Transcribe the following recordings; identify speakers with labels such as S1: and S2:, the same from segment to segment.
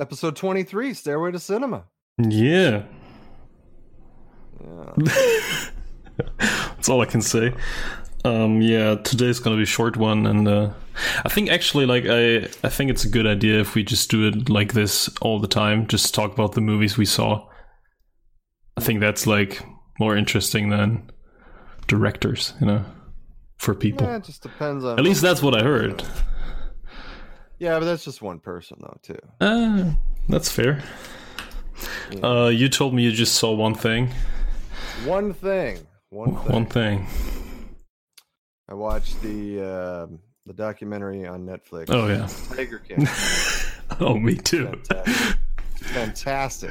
S1: Episode 23, Stairway to Cinema.
S2: Yeah.
S1: Yeah.
S2: That's all I can say. Um, yeah, today's gonna be a short one, and uh, I think actually, like, I I think it's a good idea if we just do it like this all the time. Just talk about the movies we saw. I think that's like more interesting than directors, you know, for people.
S1: Yeah, it just depends on.
S2: At least that's what I heard.
S1: Yeah, but that's just one person, though, too.
S2: Uh, that's fair. Uh, you told me you just saw one thing.
S1: One thing. One thing.
S2: One thing.
S1: I watched the um the documentary on Netflix.
S2: Oh yeah.
S1: Tiger King.
S2: Oh, me too.
S1: Fantastic. Fantastic.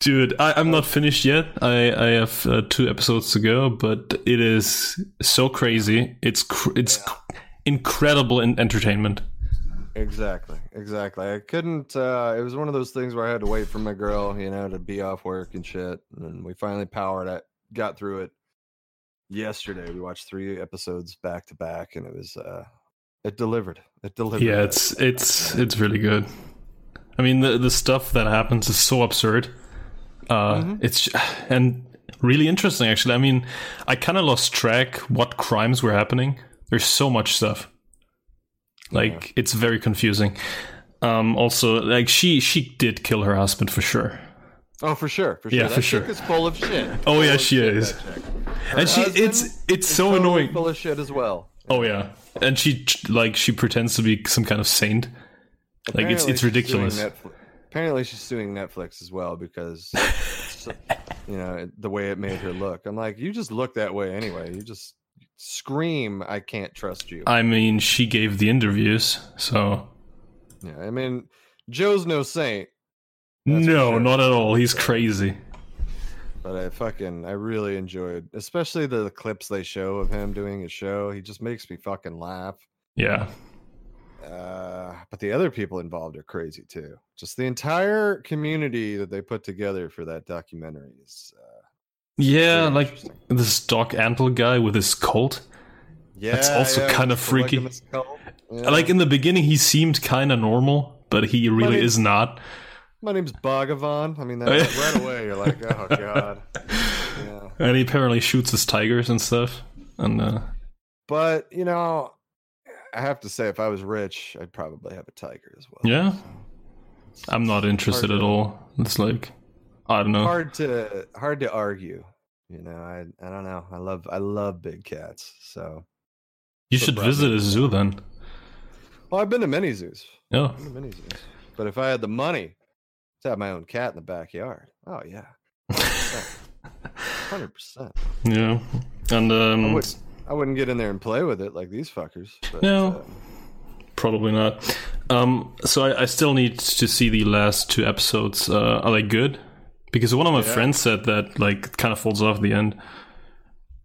S2: Dude, I, I'm not finished yet. I, I have uh, two episodes to go, but it is so crazy. It's cr- it's c- incredible in entertainment.
S1: Exactly. Exactly. I couldn't. uh It was one of those things where I had to wait for my girl, you know, to be off work and shit. And we finally powered it. Got through it. Yesterday, we watched three episodes back to back, and it was. uh It delivered. It delivered.
S2: Yeah, it's it's it's really good. I mean, the the stuff that happens is so absurd. Uh,
S1: Mm-hmm.
S2: It's and really interesting actually. I mean, I kind of lost track what crimes were happening. There's so much stuff. Like it's very confusing. Um, also, like she she did kill her husband for sure.
S1: Oh, for sure. For sure.
S2: Yeah,
S1: that
S2: for sure.
S1: chick is full of shit.
S2: Oh
S1: Full
S2: yeah,
S1: of
S2: she
S1: shit,
S2: is.
S1: that chick.
S2: and she
S1: husband
S2: it's it's so
S1: Totally
S2: annoying
S1: Full of shit as well.
S2: oh yeah and she like she pretends to be some kind of saint like it's
S1: Apparently
S2: it's
S1: she's suing
S2: ridiculous
S1: Netflix. Apparently, she's suing Netflix as well because, you know, it- the way it made her look. I'm like, you just look that way anyway. You just scream, "I can't trust you."
S2: i mean she gave the interviews so
S1: yeah, I mean, Joe's no saint, That's for
S2: no
S1: sure.
S2: not at all he's crazy
S1: but I fucking I really enjoyed, especially the clips they show of him doing his show. He just makes me fucking laugh.
S2: yeah
S1: Uh, but the other people involved are crazy too. Just the entire community that they put together for that documentary is. Uh,
S2: yeah
S1: Very
S2: like
S1: interesting.
S2: this doc antle guy with his cult
S1: yeah,
S2: also
S1: yeah,
S2: kinda
S1: with the leg in
S2: freaky.
S1: his skull. Yeah.
S2: like in the beginning he seemed kind of normal but he really
S1: it-
S2: is not
S1: My name's Bhagavan. I mean, that,
S2: Oh, yeah.
S1: right away you're like, oh god. Yeah.
S2: and he apparently shoots his tigers and stuff and uh
S1: But you know, I have to say, if I was rich, I'd probably have a tiger as well.
S2: Yeah.
S1: So it's-
S2: i'm not
S1: it's
S2: interested
S1: hard
S2: at
S1: to-
S2: all it's like i don't know
S1: Hard to hard to argue. You know, I I don't know. I love I love big cats. So
S2: you
S1: for
S2: should
S1: Brad.
S2: visit a zoo then
S1: well, I've been to many zoos.
S2: yeah
S1: I've been to many zoos. But if I had the money to have my own cat in the backyard, oh yeah, hundred percent.
S2: Yeah, and
S1: I
S2: um,
S1: would. I wouldn't get in there and play with it like these fuckers. But,
S2: No.
S1: um,
S2: probably not. Um, so I, I still need to see the last two episodes. Uh, are they good? Because one of my
S1: Yeah.
S2: friends said that like kind of falls off the end.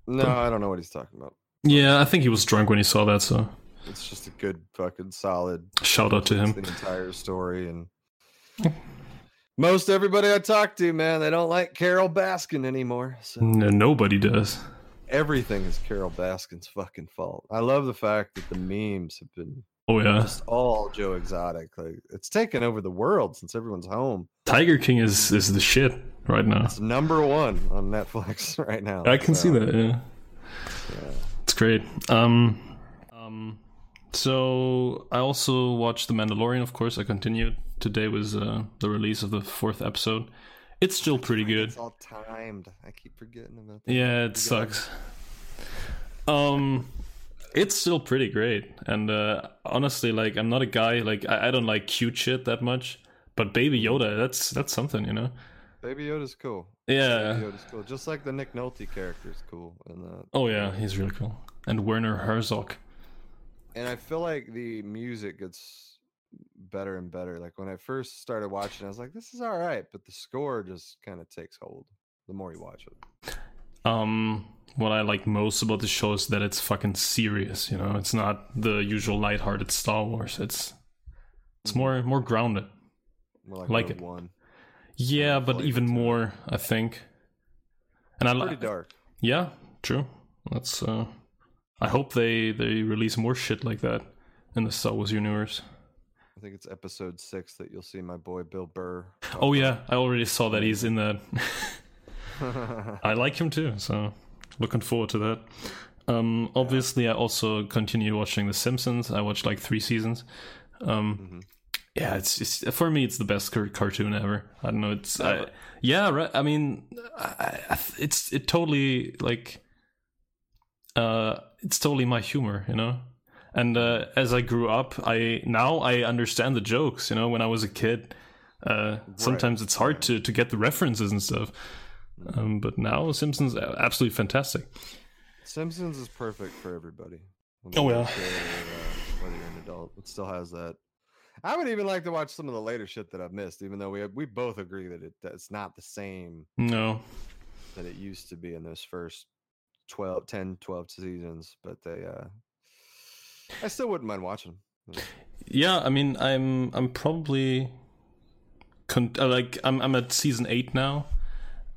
S1: no, I don't know what he's talking about.
S2: Yeah, I think he was drunk when he saw that. So
S1: It's just a good fucking solid
S2: shout out to
S1: it's
S2: him.
S1: the entire story and most everybody I talk to, man, they don't like Carol Baskin anymore. So
S2: No, nobody does.
S1: everything is Carol Baskin's fucking fault. I love the fact that the memes have been
S2: Oh yeah,
S1: just all Joe Exotic. Like it's taken over the world since everyone's home.
S2: Tiger King is is the shit right now.
S1: It's number one on Netflix right now.
S2: I can see
S1: so,
S2: that. Yeah,
S1: yeah.
S2: it's great. Um, um, so I also watched The Mandalorian. Of course, I continued. Today was uh, the release of the fourth episode. It's still pretty good.
S1: It's all timed. I keep forgetting about that.
S2: Yeah, it sucks. Um, it's still pretty great, and uh, honestly, like I'm not a guy like I, I don't like cute shit that much, but Baby Yoda, that's that's something, you know.
S1: Baby Yoda's cool. Baby
S2: Yeah.
S1: Yoda's cool. Just like the Nick Nolte character's cool and that.
S2: Oh yeah, he's really cool. And Werner Herzog.
S1: and I feel like the music gets better and better. Like when I first started watching, I was like, "This is all right," but the score just kind of takes hold the more you watch it.
S2: Um, what I like most about the show is that it's fucking serious. You know, it's not the usual lighthearted Star Wars. It's
S1: Mm-hmm.
S2: it's more more grounded.
S1: More
S2: Like
S1: Rogue
S2: it.
S1: One,
S2: Yeah, but
S1: flavor
S2: even
S1: to it.
S2: more, I think. And I
S1: pretty
S2: like.
S1: dark.
S2: Yeah, true. That's uh I hope they they release more shit like that in the Star Wars universe.
S1: I think it's episode six that you'll see my boy Bill Burr.
S2: Oh yeah, I already saw that he's in that. I like him too, so looking forward to that. Um, obviously, I also continue watching The Simpsons. I watched like three seasons. Um, Yeah, it's just for me, it's the best car- cartoon ever. I don't know. It's I,
S1: Ever.
S2: yeah, right. I mean, I, I, it's it totally like uh, it's totally my humor, you know. And uh, as I grew up, I now I understand the jokes. You know, when I was a kid, uh, sometimes it's hard to to get the references and stuff. Um, but now Simpsons are absolutely fantastic.
S1: Simpsons is perfect for everybody. whether
S2: Oh,
S1: you're a
S2: yeah.
S1: kid or, uh, whether you're an adult, it still has that. I would even like to watch some of the later shit that I've missed, even though we uh, we both agree that it that it's not the same
S2: No,
S1: that it used to be in those first 12, 10, 12 seasons. But they, uh, I still wouldn't mind watching. them.
S2: yeah, I mean, I'm I'm probably con- uh, like I'm I'm at season eight now,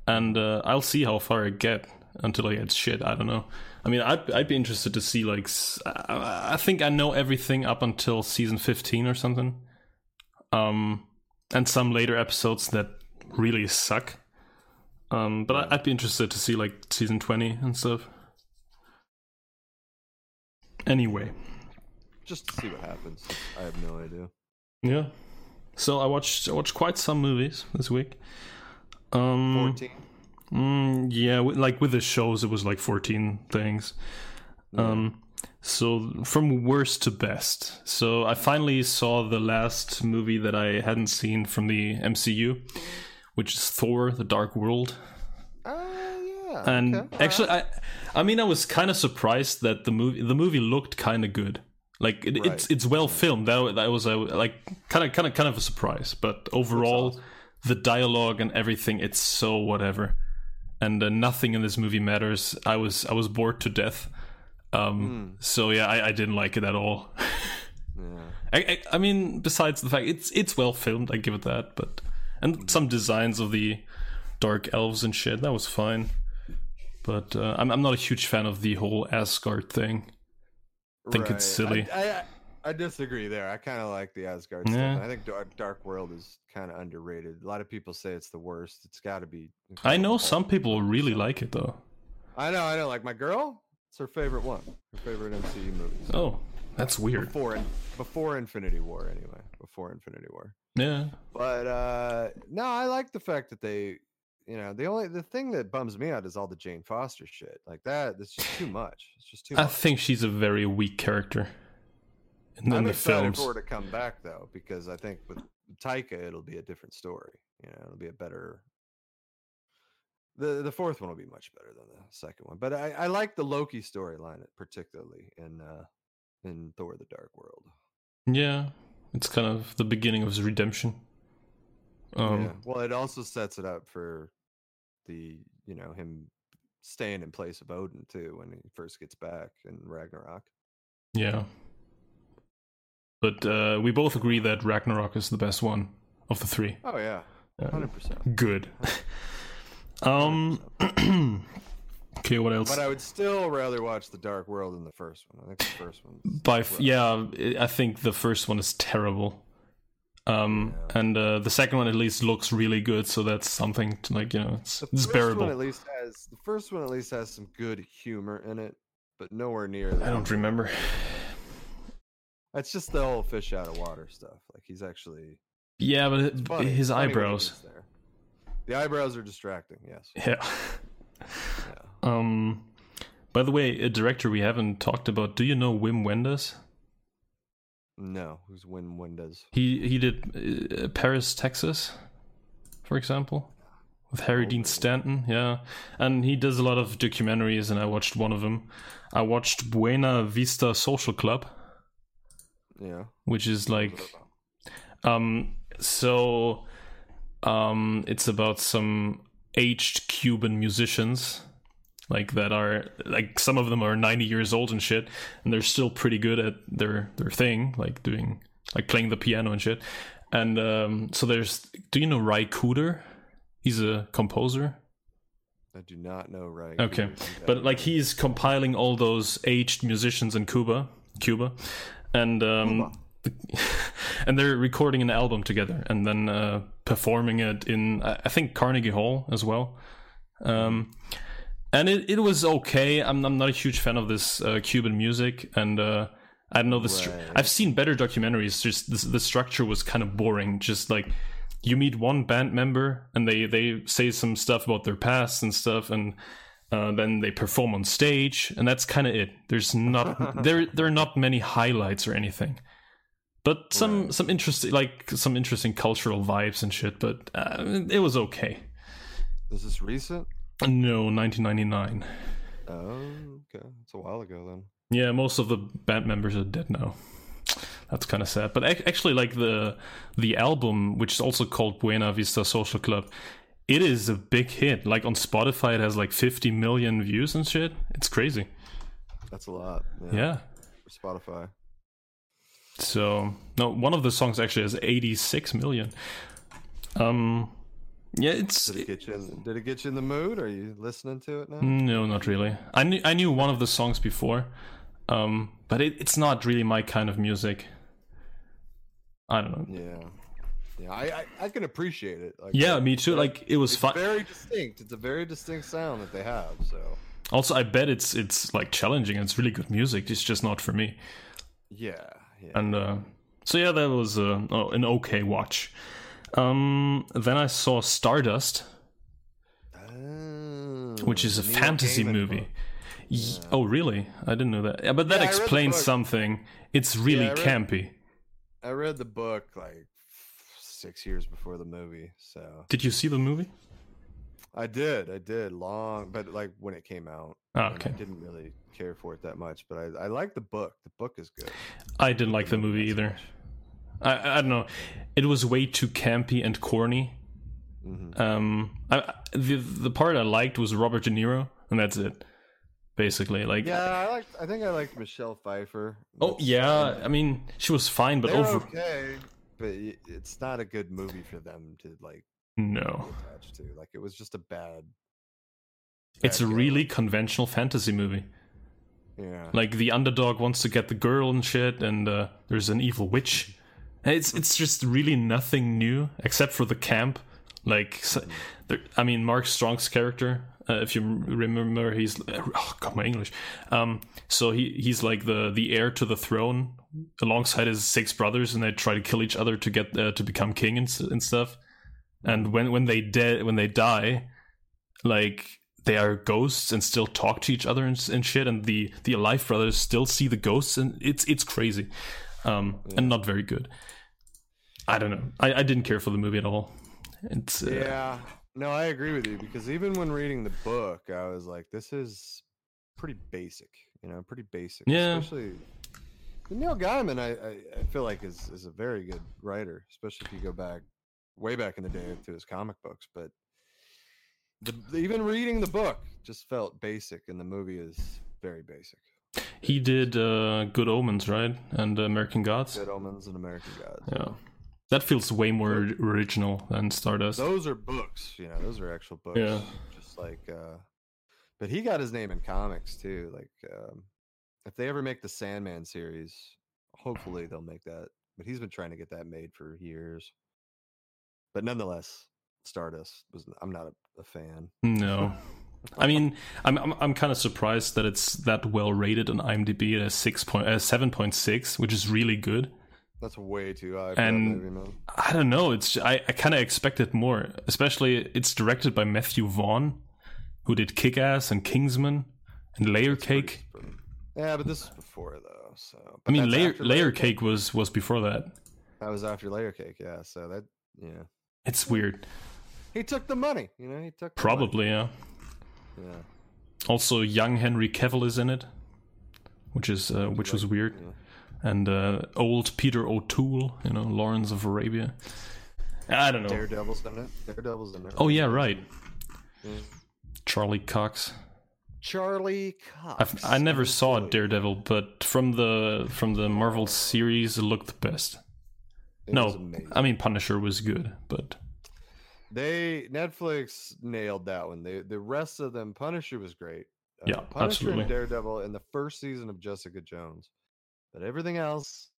S2: and uh, I'll see how far I get until I get shit. I don't know. I mean, I'd I'd be interested to see like s- I, I think I know everything up until season fifteen or something, um, and some later episodes that really suck. Um, but I, I'd be interested to see like season twenty and stuff. Anyway.
S1: Just to see what happens. I have no idea.
S2: Yeah. So I watched I watched quite some movies this week. Um,
S1: 14.
S2: mm, yeah, with, like with the shows, it was like fourteen things. Um, so from worst to best. So I finally saw the last movie that I hadn't seen from the MCU, which is Thor: The Dark World.
S1: Uh, yeah.
S2: And
S1: okay,
S2: actually, I I mean, I was kind of surprised that the movie the movie looked kind of good. Like it, it's
S1: Right.
S2: it's well filmed. That, wa- that was a like kind of kind of kind of a surprise. But overall, the dialogue and everything it's so whatever, and uh, nothing in this movie matters. I was I was bored to death. Um, So yeah, I, I didn't like it at all.
S1: Hmm. yeah.
S2: I, I, I mean, besides the fact it's it's well filmed, I give it that. But
S1: Hmm.
S2: and some designs of the dark elves and shit that was fine. But uh, I'm I'm not a huge fan of the whole Asgard thing. think it's
S1: Right. I-
S2: silly.
S1: I, I, I disagree there. I kind of like the Asgard
S2: Yeah.
S1: stuff. and I think Dark, Dark World is kind of underrated. A lot of people say it's the worst. It's got to be.
S2: I know some people really like it though.
S1: I know. I know. Like my girl, it's her favorite one. Her favorite MCU movie.
S2: Oh, that's weird.
S1: Before before Infinity War, anyway. Before Infinity War.
S2: Yeah.
S1: But uh no, I like the fact that they, you know, the only the thing that bums me out is all the Jane Foster shit. Like that, it's just too much. It's just too.
S2: I
S1: much.
S2: think she's a very weak character in, in
S1: I'm
S2: the
S1: excited
S2: films.
S1: for her to come back though, because I think with Taika it'll be a different story. You know, it'll be a better. The the fourth one will be much better than the second one, but I, I like the Loki storyline particularly in uh, in Thor: The Dark World.
S2: Yeah, it's kind of the beginning of his redemption. Um,
S1: yeah. Well, it also sets it up for the you know him staying in place of Odin too when he first gets back in Ragnarok.
S2: Yeah. But uh, we both agree that Ragnarok is the best one of the three.
S1: Oh yeah,
S2: Yeah.
S1: hundred percent.
S2: Uh, Good. um. okay, what else?
S1: But I would still rather watch The Dark World than the first one. I think the first one.
S2: By f- yeah, I- I think the first one is terrible. Um, and uh, the second one at least looks really good, so that's something to, like you know it's,
S1: The
S2: it's
S1: first one at
S2: bearable.
S1: least has the first one at least has some good humor in it, but nowhere near.
S2: I don't remember.
S1: It's just the whole fish out of water stuff. Like he's actually
S2: Yeah, but it-
S1: funny. It's
S2: his
S1: funny when he
S2: eyebrows.
S1: gets there. The eyebrows are distracting. Yes.
S2: Yeah. Um. By the way, a director we haven't talked about. Do you know Wim Wenders?
S1: No. Who's Win Windows?
S2: He he did uh, Paris, Texas, for example, with Harry Dean Stanton. Yeah, and he does a lot of documentaries, and I watched one of them. I watched Buena Vista Social Club,
S1: Yeah.
S2: which is like, um, so, um, it's about some aged Cuban musicians. Like that are like some of them are ninety years old and shit, and they're still pretty good at their their thing, like doing like playing the piano and shit. And um, so there's, do you know Ray Cooter? He's a composer.
S1: I do not know right.
S2: Okay, but like he's compiling all those aged musicians in Cuba, Cuba, and um, and they're recording an album together and then uh, performing it in I think Carnegie Hall as well. Um, and it, it was okay. I'm I'm not a huge fan of this uh, Cuban music, and uh, I don't know this. Stru-
S1: Right.
S2: I've seen better documentaries. Just this, the structure was kind of boring. Just like you meet one band member and they they say some stuff about their past and stuff and. Uh, then they perform on stage, and that's kind of it. There's not there there are not many highlights or anything but some
S1: Right.
S2: some interesting like some interesting cultural vibes and shit but uh, it was okay
S1: Is this recent?
S2: no 1999
S1: Oh, okay. It's a while ago then.
S2: yeah most of the band members are dead now that's kind of sad but ac- actually like the the album which is also called buena vista social club it is a big hit like on spotify it has like 50 million views and shit it's crazy
S1: That's a lot.
S2: yeah
S1: For Spotify.
S2: So no, one of the songs actually has 86 million. Um, yeah, it's
S1: Did it get you? In, did it get you in the mood? Are you listening to it now?
S2: no, not really. I knew I knew one of the songs before, um, but it, it's not really my kind of music. I don't know.
S1: Yeah. Yeah, I, I I can appreciate it. Like,
S2: Yeah, me too. Like it was
S1: it's
S2: fun.
S1: very distinct. It's a very distinct sound that they have. So
S2: Also, I bet it's it's like challenging. and It's really good music. It's just not for me.
S1: yeah, yeah.
S2: And uh, so yeah, that was uh, oh, an okay watch. Um, then I saw Stardust,
S1: Oh,
S2: which is a
S1: Neil
S2: fantasy
S1: Gaiman
S2: movie.
S1: book.
S2: Y- Oh, really? I didn't know that. Yeah, but
S1: Yeah,
S2: that
S1: I read the
S2: explains
S1: book.
S2: something. It's really
S1: I read-
S2: campy.
S1: I read the book like six years before the movie, so
S2: Did you see the movie?
S1: I did, I did long, but like when it came out,
S2: Ah,
S1: and
S2: okay.
S1: I didn't really care for it that much. But I I like the book. The book is good.
S2: I didn't like the movie either. I, I don't know. It was way too campy and corny.
S1: hmm
S2: Um, I, I- the the part I liked was Robert De Niro, and that's it, basically. Like,
S1: Yeah, I liked. I think I liked Michelle Pfeiffer.
S2: oh
S1: That's-
S2: yeah. I mean, she was fine, but
S1: they're
S2: over
S1: okay, but y- it's not a good movie for them to like be
S2: no,
S1: attached to. Like it was just a bad.
S2: it's a
S1: bad go.
S2: really conventional fantasy movie.
S1: yeah.
S2: like the underdog wants to get the girl and shit and uh, there's an evil witch And it's it's just really nothing new except for the camp like so, there, i mean mark strong's character uh, if you m- remember he's oh god my english um so he he's like the the heir to the throne alongside his six brothers and they try to kill each other to get uh, to become king and, s- and stuff and when when they de- when they die like they are ghosts and still talk to each other and, s- and shit and the the alive brothers still see the ghosts and it's it's crazy um and not very good i don't know i i didn't care for the movie at all it's uh,
S1: Yeah. No, I agree with you because even when reading the book, I was like, this is pretty basic, you know, pretty basic.
S2: Yeah.
S1: Especially Neil Gaiman, I, I, I feel like is, is a very good writer, especially if you go back way back in the day to his comic books. But the, the- even reading the book just felt basic, and the movie is very basic.
S2: he did uh good omens right and uh, american gods
S1: Good Omens and American Gods.
S2: yeah that feels way more original than stardust
S1: Those are books, you know, those are actual books.
S2: Yeah.
S1: Just like uh but he got his name in comics too. Like um if they ever make the Sandman series, hopefully they'll make that. But he's been trying to get that made for years. But nonetheless, Stardust was I'm not a, a fan.
S2: no i mean i'm i'm, I'm kind of surprised that it's that well rated on imdb at a 6 point, uh, 7.6 which is really good
S1: That's way too high for
S2: And-
S1: that movie, man.
S2: I don't know. It's I, I kind of expected more, especially it's directed by Matthew Vaughn, who did Kick Ass and Kingsman and Layer
S1: Pretty
S2: Cake.
S1: sp- Yeah, but this is before though, so
S2: I
S1: but
S2: mean,
S1: that's
S2: Layer
S1: after
S2: Layer Cake was was before that.
S1: That was after Layer Cake, yeah. So that yeah.
S2: It's weird,
S1: He took the money, you know, he took the money,
S2: probably. Yeah.
S1: yeah.
S2: Also, young Henry Cavill is in it, which is uh, which was weird, and uh, old Peter O'Toole, you know, Lawrence of Arabia. I don't know.
S1: Daredevil's in it. Daredevil's in it.
S2: Oh yeah, right.
S1: Yeah.
S2: Charlie Cox.
S1: Charlie Cox.
S2: I've, I never saw Daredevil, but from the from the Marvel series, it looked the best.
S1: It was
S2: no,
S1: amazing.
S2: I mean Punisher was good, but
S1: they Netflix nailed that one. The the rest of them, Punisher was great. Uh,
S2: Yeah,
S1: Punisher
S2: absolutely.
S1: and Daredevil in the first season of Jessica Jones, but everything else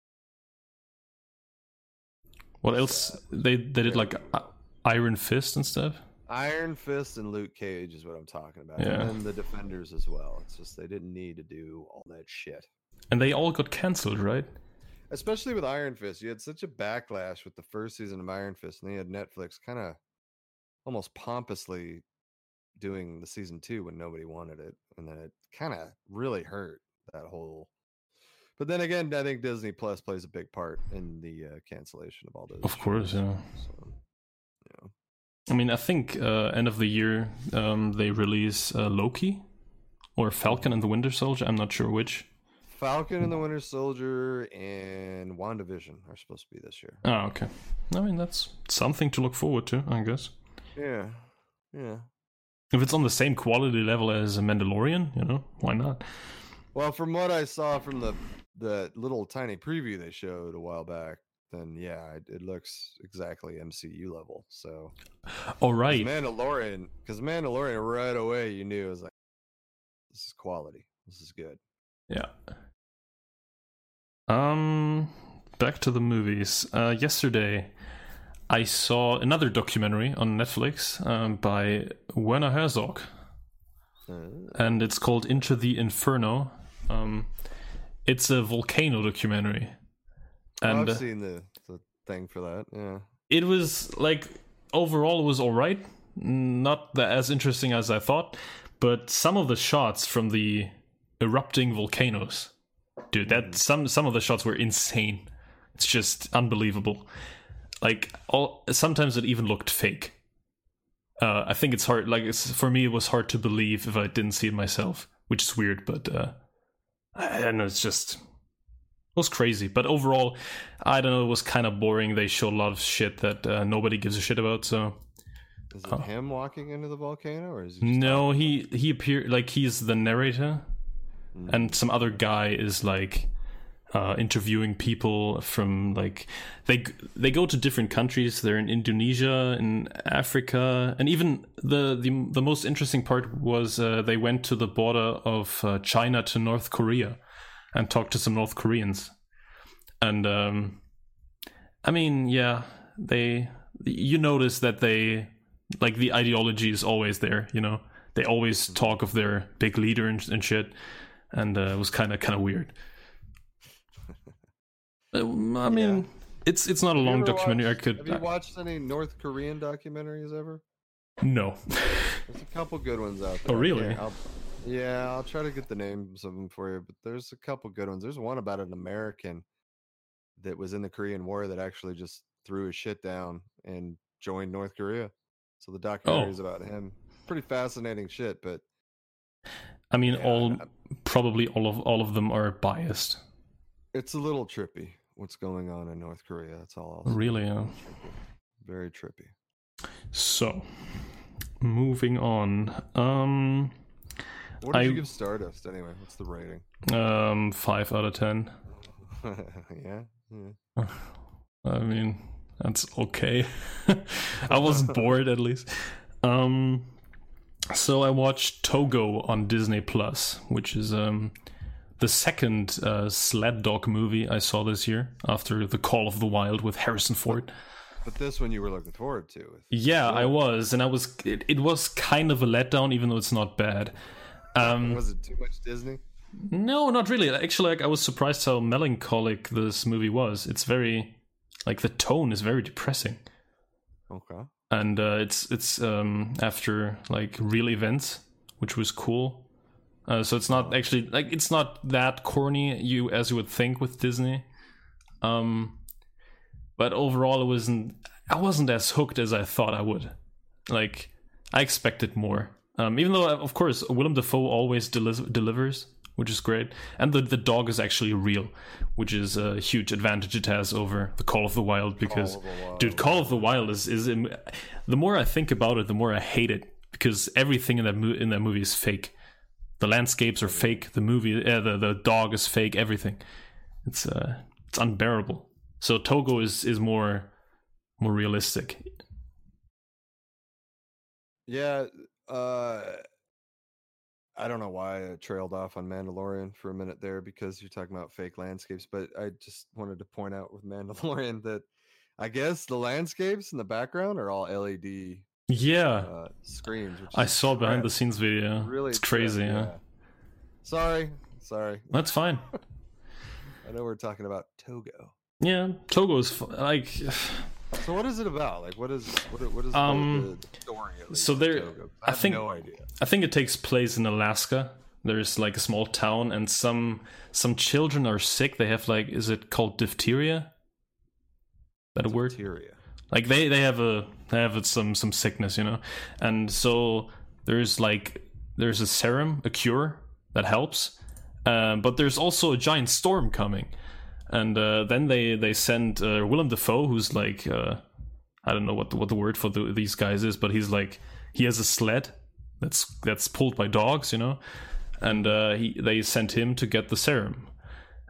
S2: What else? They they did like uh, Iron Fist and stuff.
S1: Iron Fist and Luke Cage is what I'm talking about,
S2: Yeah.
S1: and then the Defenders as well. It's just they didn't need to do all that shit.
S2: And they all got cancelled, right?
S1: especially with Iron Fist. You had such a backlash with the first season of Iron Fist, and they had Netflix kind of almost pompously doing the season two when nobody wanted it, and then it kind of really hurt that whole. But then again, I think Disney Plus plays a big part in the uh, cancellation of all those.
S2: Of course,
S1: shows,
S2: yeah.
S1: So,
S2: I mean, I think uh, end of the year um, they release uh, Loki or Falcon and the Winter Soldier. I'm not sure which.
S1: Falcon and the Winter Soldier and WandaVision are supposed to be this year.
S2: Ah, okay. I mean, that's something to look forward to, I guess.
S1: Yeah, yeah.
S2: If it's on the same quality level as a Mandalorian, you know, why not?
S1: Well, from what I saw from the the little tiny preview they showed a while back, then yeah, it, it looks exactly MCU level. So 'cause
S2: All right.
S1: Mandalorian, because Mandalorian right away you knew it was like this is quality, this is good.
S2: Yeah. Um, back to the movies. Uh, yesterday, I saw another documentary on Netflix um, by Werner Herzog,
S1: Uh,
S2: and it's called Into the Inferno. Um, it's a volcano documentary, and uh,
S1: I've seen the, the thing for that. Yeah,
S2: it was like overall it was all right, not tha- as interesting as I thought, but some of the shots from the erupting volcanoes, dude, that some some of the shots were insane. It's just unbelievable. Like all, sometimes it even looked fake. Uh, I think it's hard. Like it's, for me, it was hard to believe if I didn't see it myself, which is weird. But uh, I I don't know. It's just it was crazy. But overall, I don't know. It was kind of boring. They show a lot of shit that uh, nobody gives a shit about. So
S1: is it him walking into the volcano, or is he just
S2: Oh. no, he he appear like he's the narrator, and some other guy is like uh, interviewing people from like they g- they go to different countries. They're in Indonesia, in Africa, and even the the the most interesting part was uh, they went to the border of uh, China to North Korea, and talked to some North Koreans, and um, I mean, yeah, they you notice that they like the ideology is always there you know they always talk of their big leader and, and shit and uh, it was kind of kind of weird Um, i mean it's it's not a
S1: Have you
S2: long
S1: ever
S2: documentary
S1: watched-
S2: i could uh
S1: Have you watched any North Korean documentaries ever?
S2: no
S1: There's a couple good ones out there.
S2: Oh,
S1: I
S2: really?
S1: can't- I'll- yeah, I'll try to get the names of them for you, but there's a couple good ones. There's one about an American that was in the Korean War that actually just threw his shit down and joined North Korea. So the documentary
S2: Oh.
S1: is about him. Pretty fascinating shit, but
S2: i mean
S1: Yeah,
S2: all
S1: I-
S2: probably all of all of them are biased
S1: it's a little trippy what's going on in North Korea. That's all. I'll say.
S2: really uh,
S1: Very trippy.
S2: so moving on um
S1: What did
S2: I-
S1: you give Stardust anyway? What's the rating?
S2: um 5 out of 10
S1: yeah, yeah.
S2: I mean, that's okay. I wasn't bored at least. Um, so I watched Togo on Disney Plus, which is um, the second uh, sled dog movie I saw this year after The Call of the Wild with Harrison Ford.
S1: But this one you were looking forward to. With,
S2: Yeah, I
S1: Sure.
S2: was, and I was. It, it was kind of a letdown, even though it's not bad. Um,
S1: was it too much Disney?
S2: no, not really. Actually, like I was surprised how melancholic this movie was. It's very, like the tone is very depressing.
S1: Okay.
S2: and uh, it's it's um, after like real events, which was cool. Uh, so it's not actually like it's not that corny you as you would think with Disney. Um, but overall, it wasn't. I wasn't as hooked as I thought I would. Like I expected more. Um, even though, uh, of course, Willem Dafoe always deli- delivers, which is great, and the the dog is actually real, which is a huge advantage it has over the Call of the Wild because
S1: of the Wild.
S2: dude, Call of the Wild is is im- the more I think about it, the more I hate it because everything in that mo- in that movie is fake. The landscapes are fake. The movie, uh, the the dog is fake. Everything, it's uh, it's unbearable. So Togo is is more more realistic.
S1: Yeah, uh I don't know why I trailed off on Mandalorian for a minute there because you're talking about fake landscapes, but I just wanted to point out with Mandalorian that I guess the landscapes in the background are all LED
S2: Yeah,
S1: uh, screens. Which
S2: I
S1: is
S2: saw behind the
S1: crap.
S2: scenes video.
S1: Really,
S2: it's crazy.
S1: crap,
S2: Yeah.
S1: Sorry, sorry.
S2: that's fine.
S1: I know we're talking about Togo.
S2: Yeah, Togo is f- like
S1: So what is it about? Like, what is what? What is
S2: Um,
S1: the story? At least,
S2: so
S1: of
S2: there-
S1: Togo?
S2: I
S1: I have
S2: think-
S1: no idea.
S2: I think it takes place in Alaska. There's like a small town, and some some children are sick. They have like, is it called diphtheria? That a word?
S1: Bacteria.
S2: like they they have a they have some some sickness you know and so there's like there's a serum a cure that helps um, but there's also a giant storm coming and uh, then they they send uh, Willem Dafoe who's like uh, I don't know what the, what the word for the, these guys is but he's like he has a sled that's that's pulled by dogs you know and uh, he they sent him to get the serum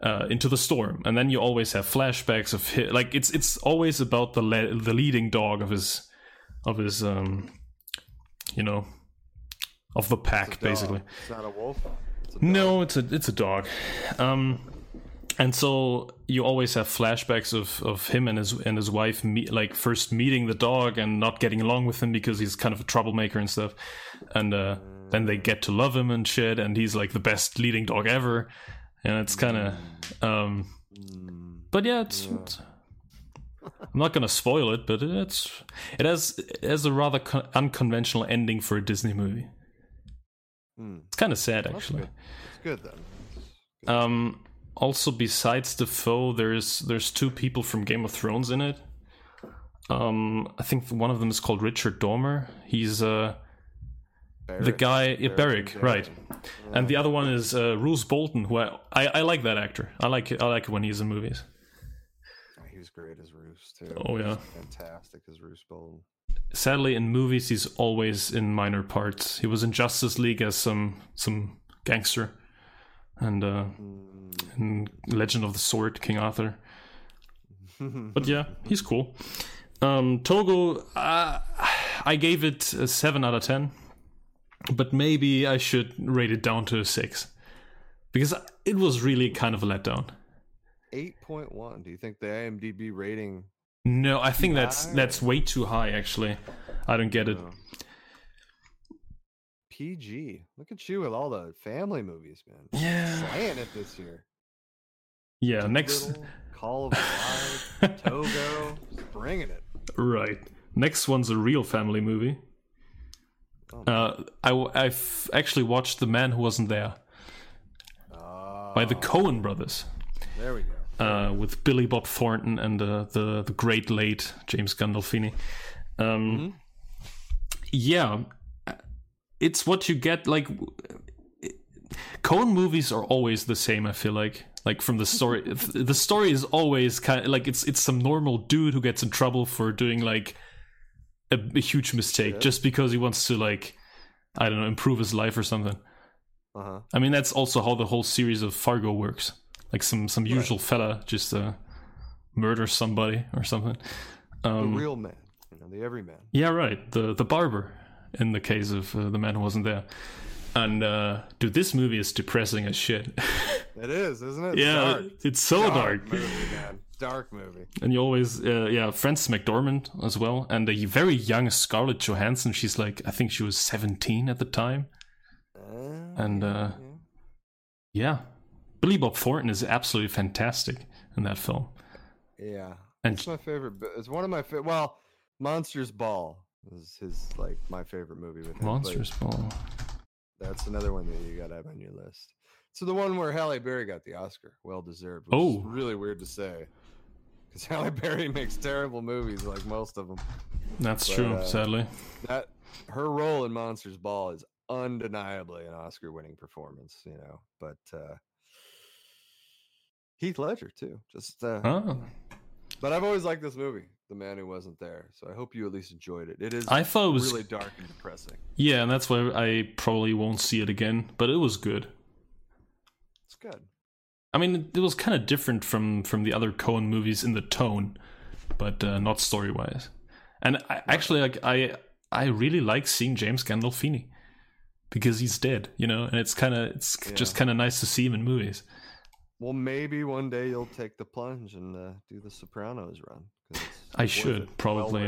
S2: uh, into the storm, and then you always have flashbacks of hi like it's it's always about the le- the leading dog of his of his um you know of the pack
S1: Dog.
S2: basically.
S1: it's not a wolf. It's a dog.
S2: No, it's a it's a dog. Um, and so you always have flashbacks of, of him and his and his wife meet, like first meeting the dog and not getting along with him because he's kind of a troublemaker and stuff. And uh, then they get to love him and shit, and he's like the best leading dog ever. And it's kind of, um,
S1: Mm,
S2: but yeah, it's. it's- I'm not gonna spoil it, but it's it has it has a rather con- unconventional ending for a Disney movie.
S1: mm.
S2: It's kind of sad,
S1: That's
S2: actually.
S1: good. It's good then.
S2: Um, also, besides the foe, there's there's two people from Game of Thrones in it. Um, I think one of them is called Richard Dormer. He's uh, the
S1: Barrett.
S2: guy yeah,
S1: Barrick
S2: Beric, right? And the other one is uh, Roose Bolton, who I, I I like that actor. I like I like when he's in movies.
S1: He was great as Roos too.
S2: Oh, yeah.
S1: fantastic as Roos Bolton.
S2: Sadly, in movies, he's always in minor parts. He was in Justice League as some some gangster, and uh, in Legend of the Sword, King Arthur.
S1: Mm.
S2: but yeah, he's cool. Um, Togo, uh, I gave it a seven out of ten, but maybe I should rate it down to a six because it was really kind of a letdown.
S1: Eight point one. Do you think the IMDb rating?
S2: No, I think that's
S1: Wow.
S2: that's way too high. Actually, I don't get it.
S1: uh, PG. Look at you with all the family movies, man.
S2: Yeah,
S1: Slaying it this year.
S2: yeah. Next,
S1: Little, Call of the Wild, Togo, just bringing it.
S2: right. Next one's a real family movie.
S1: Oh, my-
S2: Uh, I w- I've actually watched The Man Who Wasn't There by the
S1: Ah,
S2: Cohen brothers.
S1: there we go.
S2: uh, with Billy Bob Thornton and uh, the the great late James Gandolfini. Um, Yeah, it's what you get. Like Cohen movies are always the same. I feel like like from the story, the story is always kind of, like it's it's some normal dude who gets in trouble for doing like a, a huge mistake
S1: Yeah.
S2: just because he wants to like I don't know improve his life or something.
S1: Uh huh.
S2: I mean, that's also how the whole series of Fargo works. Like some some usual fella just uh, murders somebody or something.
S1: The
S2: Um,
S1: real man, you know, the everyman.
S2: yeah, right. The the barber in the case of uh, the man who wasn't there. And uh, dude, this movie is depressing as shit.
S1: It is, isn't it? It's
S2: yeah,
S1: dark.
S2: it's so dark.
S1: movie, man. Dark movie.
S2: And you always, uh, yeah, Frances McDormand as well, and a very young Scarlett Johansson. She's like, I think she was seventeen at the time,
S1: Uh,
S2: and uh,
S1: yeah.
S2: yeah, Billy Bob Thornton is absolutely fantastic in that film.
S1: Yeah,
S2: And-
S1: it's my favorite. bi- It's one of my fa- well, Monsters Ball is his like my favorite movie with him. but
S2: Monsters Ball.
S1: That's another one that you got to have on your list. So the one where Halle Berry got the Oscar, well deserved. Which
S2: Oh.
S1: is really weird to say, because Halle Berry makes terrible movies like most of them.
S2: That's
S1: But,
S2: true,
S1: uh,
S2: sadly.
S1: That her role in Monsters Ball is undeniably an Oscar-winning performance. You know, but uh Heath Ledger too. Just uh,
S2: Oh.
S1: But I've always liked this movie, The Man Who Wasn't There. So I hope you at least enjoyed it. It is
S2: I thought it was
S1: really dark and depressing.
S2: yeah, and that's why I probably won't see it again. But it was good.
S1: It's good.
S2: I mean, it, it was kind of different from from the other Cohen movies in the tone, but uh, not story wise. And I, actually, like I I really like seeing James Gandolfini because he's dead, you know, and it's kind of it's
S1: Yeah.
S2: just kind of nice to see him in movies.
S1: Well, maybe one day you'll take the plunge and uh, do the Sopranos run. 'cause it's
S2: I should
S1: it.
S2: probably.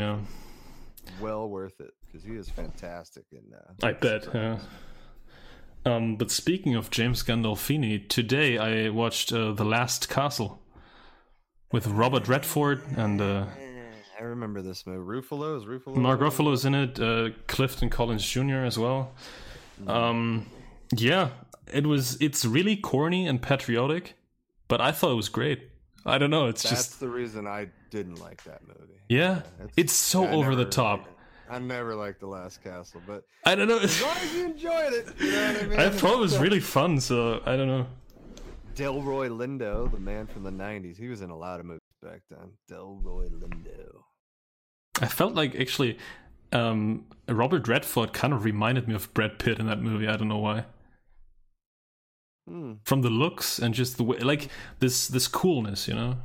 S1: Well
S2: um, yeah.
S1: worth Well worth it because he is fantastic in. Uh,
S2: I bet. Yeah. Um, but speaking of James Gandolfini, today I watched uh, The Last Castle with Robert Redford and uh,
S1: Eh, I remember this movie. Ruffalo is Ruffalo.
S2: Mark Ruffalo is in it. Uh, Clifton Collins Jr. as well. Um, yeah, it was. It's really corny and patriotic, but I thought it was great. I don't know. It's
S1: That's
S2: just
S1: the reason I didn't like that movie.
S2: yeah.
S1: That's-
S2: It's so
S1: I
S2: over the
S1: never-
S2: top.
S1: I never liked The Last Castle, but
S2: I don't know.
S1: as long as you enjoyed it, you know what I mean.
S2: I thought it was really fun. So I don't know.
S1: Delroy Lindo, the man from the '90s. He was in a lot of movies back then. Delroy Lindo.
S2: I felt like actually um, Robert Redford kind of reminded me of Brad Pitt in that movie. I don't know why.
S1: Hmm.
S2: From the looks and just the way, like this this coolness, you know.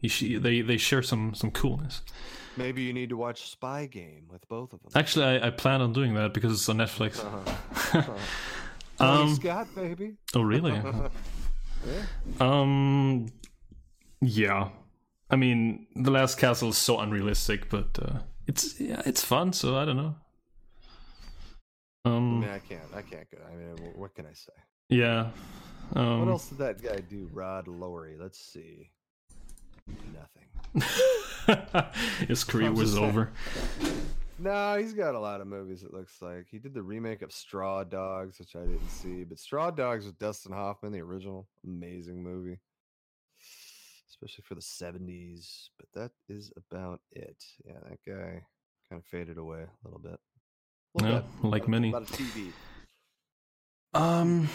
S2: You sh- they they share some some coolness.
S1: Maybe you need to watch Spy Game with both of them.
S2: Actually, I, I plan on doing that because it's on Netflix.
S1: Tony
S2: Um,
S1: Scott, baby.
S2: Oh, really? Um, yeah. I mean, The Last Castle is so unrealistic, but uh, it's yeah, it's fun. So I don't know.
S1: I
S2: Um,
S1: mean, I can't. I can't go. I mean, wh- what can I say?
S2: yeah.
S1: What
S2: Um,
S1: else did that guy do? Rod Lowry. Let's see. Nothing.
S2: his career
S1: I'm
S2: was
S1: just saying.
S2: over.
S1: No, he's got a lot of movies. It looks like he did the remake of Straw Dogs, which I didn't see, but Straw Dogs with Dustin Hoffman, the original, amazing movie, especially for the '70s. But that is about it. Yeah, that guy kind of faded away a little bit. Little
S2: Yeah,
S1: bit.
S2: like
S1: Lot of-
S2: many.
S1: lot of TV.
S2: Um.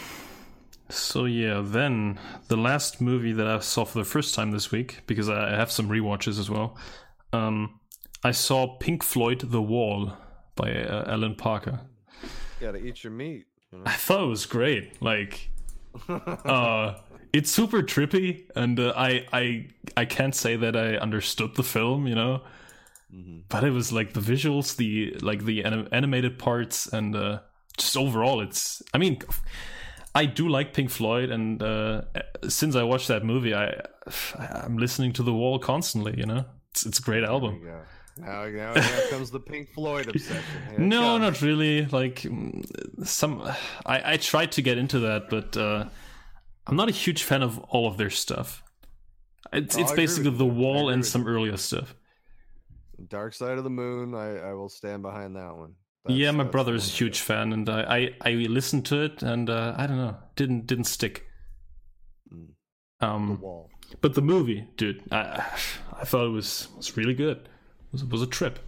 S2: So yeah, then the last movie that I saw for the first time this week because I I have some rewatches as well. Um, I saw Pink Floyd: The Wall by uh, Alan Parker.
S1: Got to eat your meat. you know?
S2: I thought it was great. Like, uh, it's super trippy, and uh, I I I can't say that I understood the film, you know,
S1: Mhm.
S2: but it was like the visuals, the like the anim- animated parts, and uh, just overall, it's. I mean, I do like Pink Floyd, and uh, since I watched that movie, I I'm listening to The Wall constantly, you know. It's, it's a great
S1: There
S2: album.
S1: you go. Now, now, now comes the Pink Floyd obsession. Here it
S2: No,
S1: comes.
S2: not really. Like mm, some, I, I tried to get into that, but uh, I'm not a huge fan of all of their stuff. It's
S1: Oh, I
S2: it's
S1: agree
S2: basically
S1: with
S2: the
S1: you. I
S2: wall
S1: agree
S2: and
S1: with
S2: some earlier stuff.
S1: Dark Side of the Moon. I, I will stand behind that one.
S2: yeah,
S1: That's-
S2: my
S1: that's the
S2: brother is
S1: one
S2: a
S1: I
S2: huge fan, and I, I I listened to it, and uh, I don't know, didn't didn't stick.
S1: Mm. got. the
S2: Um,
S1: wall.
S2: but the movie, dude, I I thought it was was really good. It was was a trip.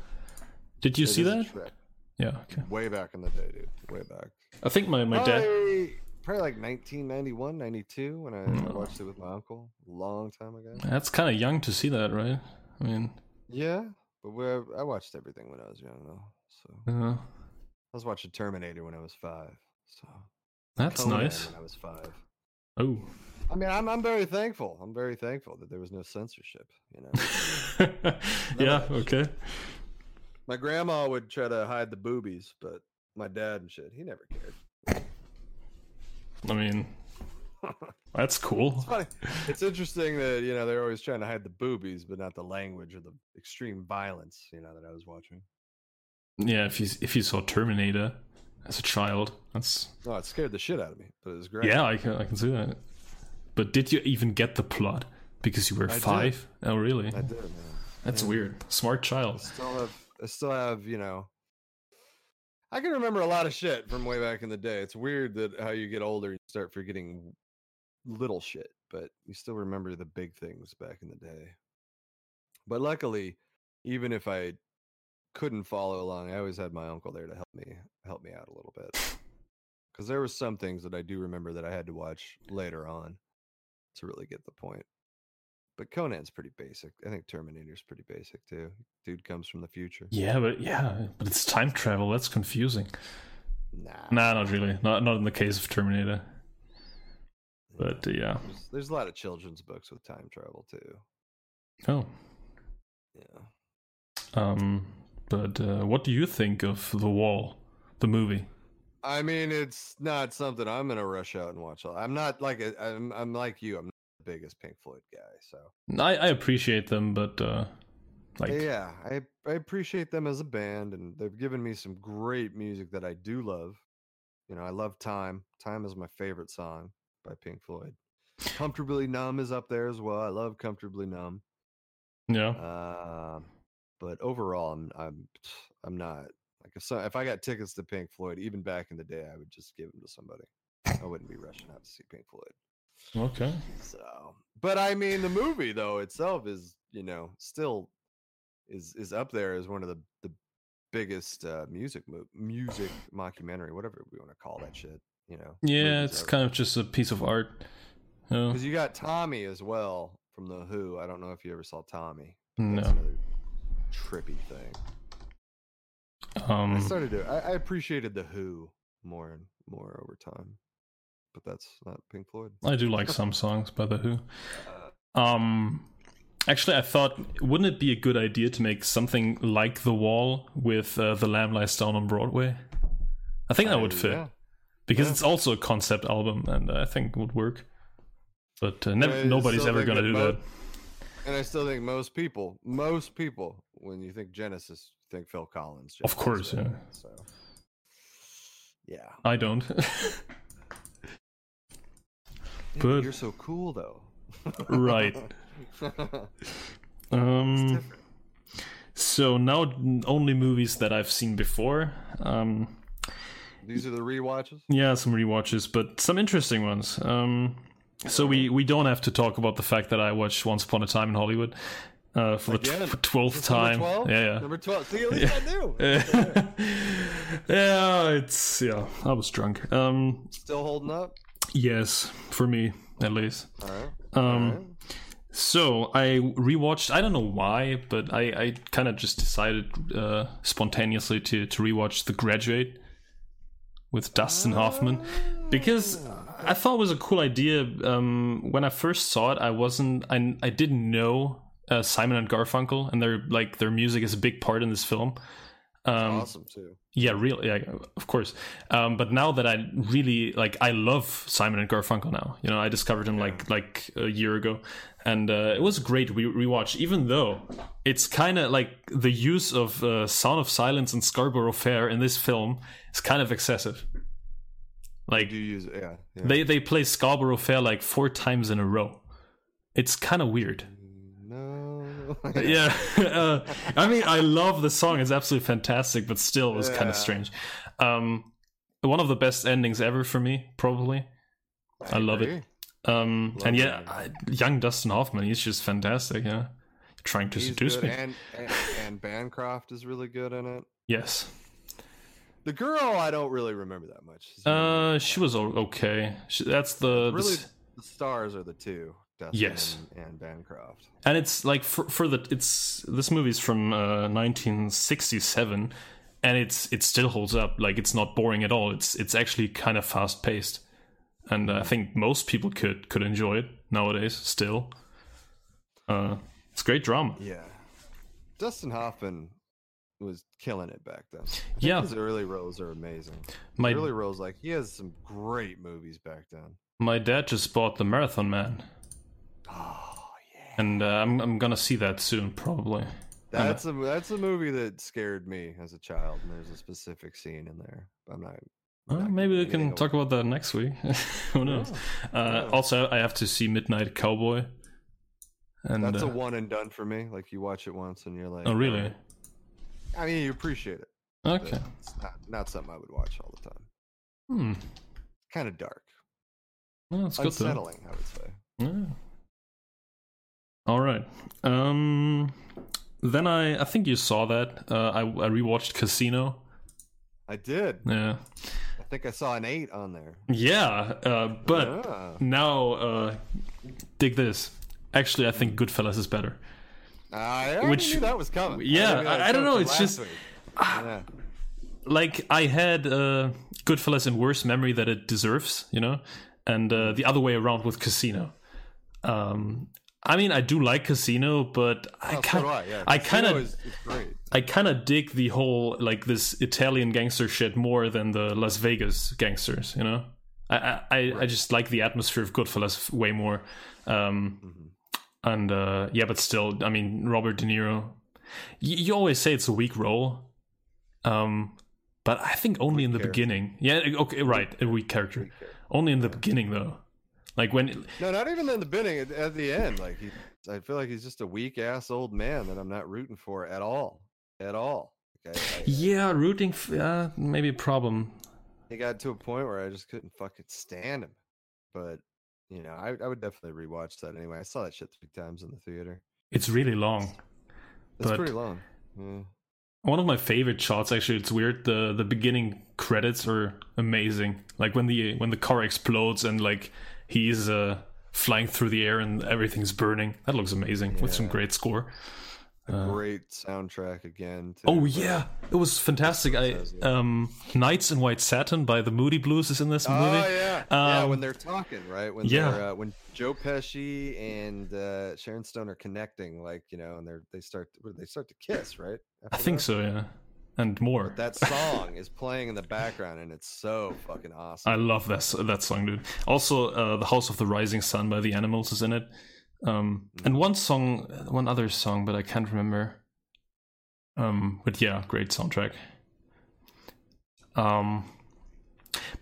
S2: Did you
S1: It
S2: see
S1: is a
S2: that?
S1: trip.
S2: Yeah. Okay.
S1: Way back in the day, dude. Way back.
S2: I think my my
S1: probably,
S2: dad. Hmm.
S1: probably like 1991, 92 when I watched it with my uncle. Long time ago.
S2: That's kind of young to see that, right? I mean,
S1: Yeah, but where I watched everything when I was young though. So I
S2: uh,
S1: was watching Terminator when I was five. So
S2: that's
S1: Conan
S2: nice.
S1: When I was five.
S2: Oh.
S1: I mean, I'm I'm very thankful. I'm very thankful that there was no censorship. You know,
S2: yeah, okay.
S1: my grandma would try to hide the boobies, but my dad and shit, he never cared.
S2: I mean, that's cool.
S1: funny. It's interesting that you know they're always trying to hide the boobies, but not the language or the extreme violence. You know that I was watching.
S2: Yeah, if you if you saw Terminator as a child, that's
S1: Oh, it scared the shit out of me, but it was great.
S2: yeah, I can I can see that. But did you even get the plot because you were
S1: did.
S2: five? Oh, really?
S1: I did. Man.
S2: That's
S1: yeah.
S2: weird. Smart
S1: I
S2: child.
S1: still have. I still have. You know. I can remember a lot of shit from way back in the day. It's weird that how you get older, you start forgetting little shit, but you still remember the big things back in the day. But luckily, even if I couldn't follow along, I always had my uncle there to help me help me out a little bit. because there were some things that I do remember that I had to watch later on to really get the point. But Conan's pretty basic. I think Terminator's pretty basic too. Dude comes from the future.
S2: Yeah, but yeah, but it's time travel. That's confusing.
S1: Nah,
S2: Nah, not really. Not not in the case of Terminator. But uh, yeah.
S1: There's, there's a lot of children's books with time travel too.
S2: Oh.
S1: Yeah,
S2: Um. But uh, what do you think of the Wall, the movie?
S1: I mean it's not something I'm gonna rush out and watch. I'm not like a, I'm I'm like you. I'm not the biggest Pink Floyd guy, so
S2: I, I appreciate them, but uh, Like,
S1: yeah, I, I appreciate them as a band, and they've given me some great music that I do love. You know, I love Time. Time is my favorite song by Pink Floyd. Comfortably Numb is up there as well. I love Comfortably Numb.
S2: yeah,
S1: Uh, but overall, I'm I'm I'm not like if so, if I got tickets to Pink Floyd, even back in the day, I would just give them to somebody. I wouldn't be rushing out to see Pink Floyd.
S2: okay.
S1: So, but I mean, the movie though itself is you know still is is up there as one of the the biggest uh, music mo- music mockumentary, whatever we want to call that shit. You know,
S2: Yeah, it's kind of just a piece of art. Oh,
S1: because you got Tommy as well from the Who. I don't know if you ever saw Tommy. That's
S2: no.
S1: another trippy thing. I
S2: Um,
S1: started to. I, I appreciated the Who more and more over time, but that's not Pink Floyd.
S2: I do like some songs by The Who. Um, actually, I thought, wouldn't it be a good idea to make something like The Wall with uh, The Lamb Lies Down on Broadway? I think that would
S1: Uh,
S2: fit
S1: yeah.
S2: because
S1: yeah.
S2: it's also a concept album, and I think would work. But uh,
S1: I
S2: nev- nobody's
S1: still
S2: ever
S1: think
S2: gonna
S1: that
S2: do
S1: mo-
S2: that.
S1: And I still think most people, most people, when you think Genesis, think Phil Collins.
S2: Of course,
S1: right?
S2: yeah.
S1: So, yeah.
S2: I don't.
S1: Yeah,
S2: But-
S1: you're so cool, though.
S2: right. Um, so now n- only movies that I've seen before. Um,
S1: These are the rewatches.
S2: yeah, some rewatches, but some interesting ones. Um, so we we don't have to talk about the fact that I watched Once Upon a Time in Hollywood uh, for
S1: Again.
S2: the t- twelfth
S1: Number
S2: time.
S1: 12?
S2: Yeah,
S1: Number 12. See, at least I knew.
S2: yeah. yeah, it's yeah. I was drunk. Um,
S1: Still holding up.
S2: yes, for me at least.
S1: All right.
S2: Um,
S1: All right.
S2: So I rewatched. I don't know why, but I, I kind of just decided uh, spontaneously to to rewatch The Graduate with Dustin Hoffman because
S1: Ah.
S2: I thought it was a cool idea. Um, when I first saw it, I wasn't. I I didn't know uh, Simon and Garfunkel, and their like their music is a big part in this film. Um,
S1: awesome too.
S2: yeah, real, yeah, of course. Um, but now that I really like, I love Simon and Garfunkel now. You know, I discovered him like like a year ago, and uh, it was a great re- rewatch. Even though it's kind of like the use of uh, "Sound of Silence" and "Scarborough Fair" in this film is kind of excessive. Like
S1: Do you use yeah? yeah.
S2: they they play "Scarborough Fair" like four times in a row. It's kind of weird
S1: no.
S2: yeah uh, i mean i love the song it's absolutely fantastic but still it was kind
S1: Yeah.
S2: of strange um one of the best endings ever for me probably I love it.
S1: agree.
S2: um
S1: Love
S2: and yeah
S1: that.
S2: I, young dustin hoffman he's just fantastic yeah trying to
S1: He's
S2: seduce
S1: good,
S2: me
S1: and, and and Bancroft is really good in it.
S2: yes
S1: The girl, I don't really remember that much. It's really-
S2: uh she was o- okay she, that's the, the
S1: really,
S2: s-
S1: the stars are the two, Dustin
S2: Yes.
S1: and, and Bancroft.
S2: and it's like for, for the it's this movie's from uh 1967 and it's it still holds up like it's not boring at all it's it's actually kind of fast paced and i think most people could could enjoy it nowadays still uh it's great drama
S1: Yeah, Dustin Hoffman was killing it back then. I think
S2: Yeah.
S1: his early roles are amazing. His
S2: my
S1: early roles, like he has some great movies back then.
S2: my dad just bought the marathon man
S1: Oh yeah,
S2: and uh, I'm, I'm gonna see that soon probably
S1: that's a that's a movie that scared me as a child. And there's a specific scene in there. I'm not.
S2: Well,
S1: not
S2: Uh, maybe we
S1: giving
S2: can
S1: anything
S2: talk about that next week who knows uh,
S1: Oh, yeah.
S2: also i have to see midnight cowboy and
S1: That's
S2: uh,
S1: a one and done for me. Like you watch it once and you're like,
S2: oh really
S1: I mean, you appreciate it. but
S2: Okay.
S1: It's not not something I would watch all the time.
S2: Hmm.
S1: Kind of dark,
S2: Well, that's good though.
S1: unsettling. I would say.
S2: Yeah. All right. Um. Then I I think you saw that. Uh, I I rewatched Casino.
S1: I did.
S2: Yeah.
S1: I think I saw an eight on there.
S2: Yeah. Uh, but
S1: Yeah.
S2: now uh, dig this. Actually, I think Goodfellas is better.
S1: I already
S2: Which-
S1: knew that was coming.
S2: yeah,
S1: already knew that
S2: I-
S1: was
S2: I
S1: coming
S2: don't know,
S1: from last
S2: it's just- Ah,
S1: week. yeah.
S2: Like I had uh, Goodfellas in worse memory than it deserves, you know, and uh, the other way around with Casino. Um. I mean, I do like Casino, but I
S1: Oh, so
S2: kind
S1: do I, yeah.
S2: I kind
S1: Casino
S2: of
S1: is, is great.
S2: I kind of dig the whole like this Italian gangster shit more than the Las Vegas gangsters. You know, I I, I I just like the atmosphere of Goodfellas f- Mm-hmm. way more. Um, and uh, yeah, but still, I mean, Robert De Niro. You, you always say it's a weak role, um, but I think only in the
S1: character.
S2: beginning. Yeah, eh, okay, right, a weak character. Only in the beginning, though. Like when
S1: No, not even in the beginning. At, at the end, like he, I feel like he's just a weak ass old man that I'm not rooting for at all, at all. Like, I- I-
S2: Yeah, rooting f- uh, maybe a problem.
S1: it got to a point where I just couldn't fucking stand him. But you know, I, I would definitely rewatch that anyway. I saw that shit three times in the theater.
S2: It's really long.
S1: It's
S2: But-
S1: pretty long. Yeah.
S2: One of my favorite shots actually, it's weird. The the beginning credits are amazing. Like when the when the car explodes and like he's uh flying through the air and everything's burning. That looks amazing with some
S1: Yeah.
S2: great score.
S1: A
S2: Uh,
S1: great soundtrack again. Too,
S2: Oh
S1: but-
S2: yeah, it was fantastic. I
S1: Says, yeah.
S2: um Knights in White Satin by the Moody Blues is in this
S1: Oh
S2: movie.
S1: yeah, yeah.
S2: Um,
S1: When they're talking, right? When
S2: yeah.
S1: they're, uh, when Joe Pesci and uh, Sharon Stone are connecting, like you know, and they're they start they start to kiss, right?
S2: I think so, yeah. And more.
S1: That song is playing in the background, and it's so fucking awesome.
S2: I love that s- that song, dude. Also, uh, "The House of the Rising Sun" by the Animals is in it, um, and one song, uh, one other song, but I can't remember. Um, but yeah, great soundtrack. Um,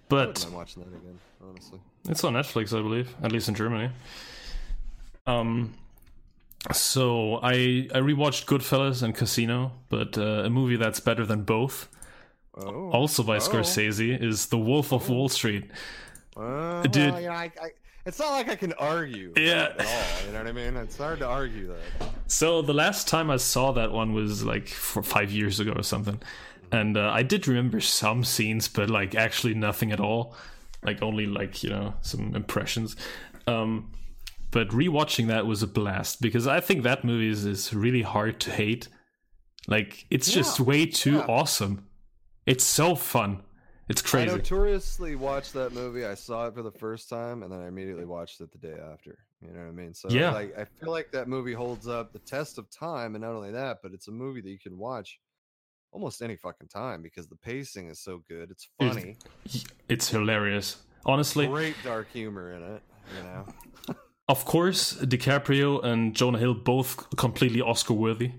S2: but
S1: I'm watching that again, honestly.
S2: it's on Netflix, I believe, at least in Germany. Um, so I I rewatched Goodfellas and Casino, but uh, a movie that's better than both,
S1: Oh,
S2: also by
S1: Oh.
S2: Scorsese, is The Wolf of Wall Street.
S1: Uh, well,
S2: dude.
S1: you know, I, I, it's not like I can argue. with
S2: Yeah.
S1: it at all. You know what I mean? It's hard to argue that.
S2: So the last time I saw that one was like for five years ago or something, and uh, I did remember some scenes, but like actually nothing at all, like only like you know some impressions. Um, but rewatching that was a blast because I think that movie is, is really hard to hate. Like it's just
S1: Yeah,
S2: way too
S1: yeah.
S2: awesome. It's so fun. It's
S1: I
S2: crazy.
S1: notoriously watched that movie. I saw it for the first time, and then I immediately watched it the day after. You know what I mean? So
S2: Yeah.
S1: like, I feel like that movie holds up the test of time, and not only that, but it's a movie that you can watch almost any fucking time because the pacing is so good. It's
S2: It's
S1: funny,
S2: It's hilarious. Honestly,
S1: great dark humor in it. You know. Oh,
S2: Of course, DiCaprio and Jonah Hill both completely Oscar worthy.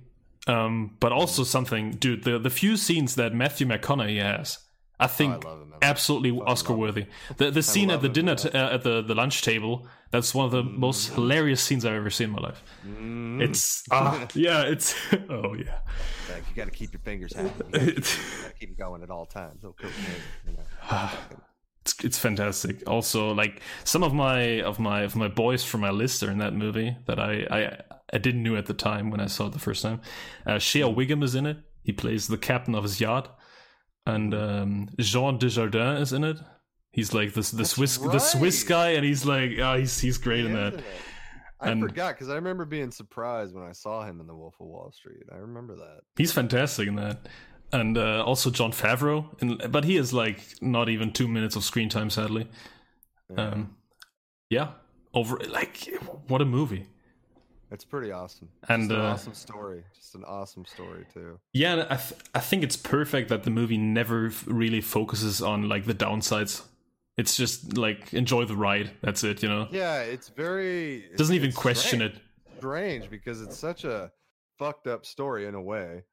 S2: Um, but also something, dude, the, the few scenes that Matthew McConaughey has, I
S1: Oh, I
S2: think
S1: love him. man.
S2: absolutely Oscar worthy. The the scene at
S1: love
S2: the
S1: him,
S2: dinner
S1: yeah.
S2: t- uh, at the, the lunch table, that's one of the most hilarious scenes I've ever seen in my life.
S1: Mm,
S2: It's ah, yeah, it's oh yeah.
S1: like, you got to keep your fingers happy. You gotta keep- you gotta keep going at all times. Oh, cocaine, you know.
S2: it's it's fantastic. Also, like some of my of my of my boys from my list are in that movie that I I, I didn't knew at the time when I saw it the first time. Uh, Shea Wiggum is in it. He plays the captain of his yacht, and
S1: Mm-hmm.
S2: um, Jean Desjardins is in it. He's like this the Swiss the Swiss
S1: right.
S2: guy, and he's like ah he's he's great in
S1: Yeah,
S2: that.
S1: isn't it? I
S2: And-
S1: forgot because I remember being surprised when I saw him in The Wolf of Wall Street. I remember that.
S2: He's fantastic in that. And uh, also John Favreau, and, but he is like not even two minutes of screen time, sadly.
S1: Yeah.
S2: Um, yeah, over like what a movie.
S1: it's pretty awesome.
S2: and,
S1: Just an
S2: uh,
S1: awesome story. Just an awesome story too.
S2: Yeah, and I, th- I think it's perfect that the movie never f- really focuses on like the downsides. It's just like enjoy the ride. That's it, you know.
S1: Yeah, it's very it's-
S2: Doesn't even
S1: it's
S2: question
S1: strange,
S2: it.
S1: Strange because it's such a fucked up story in a way,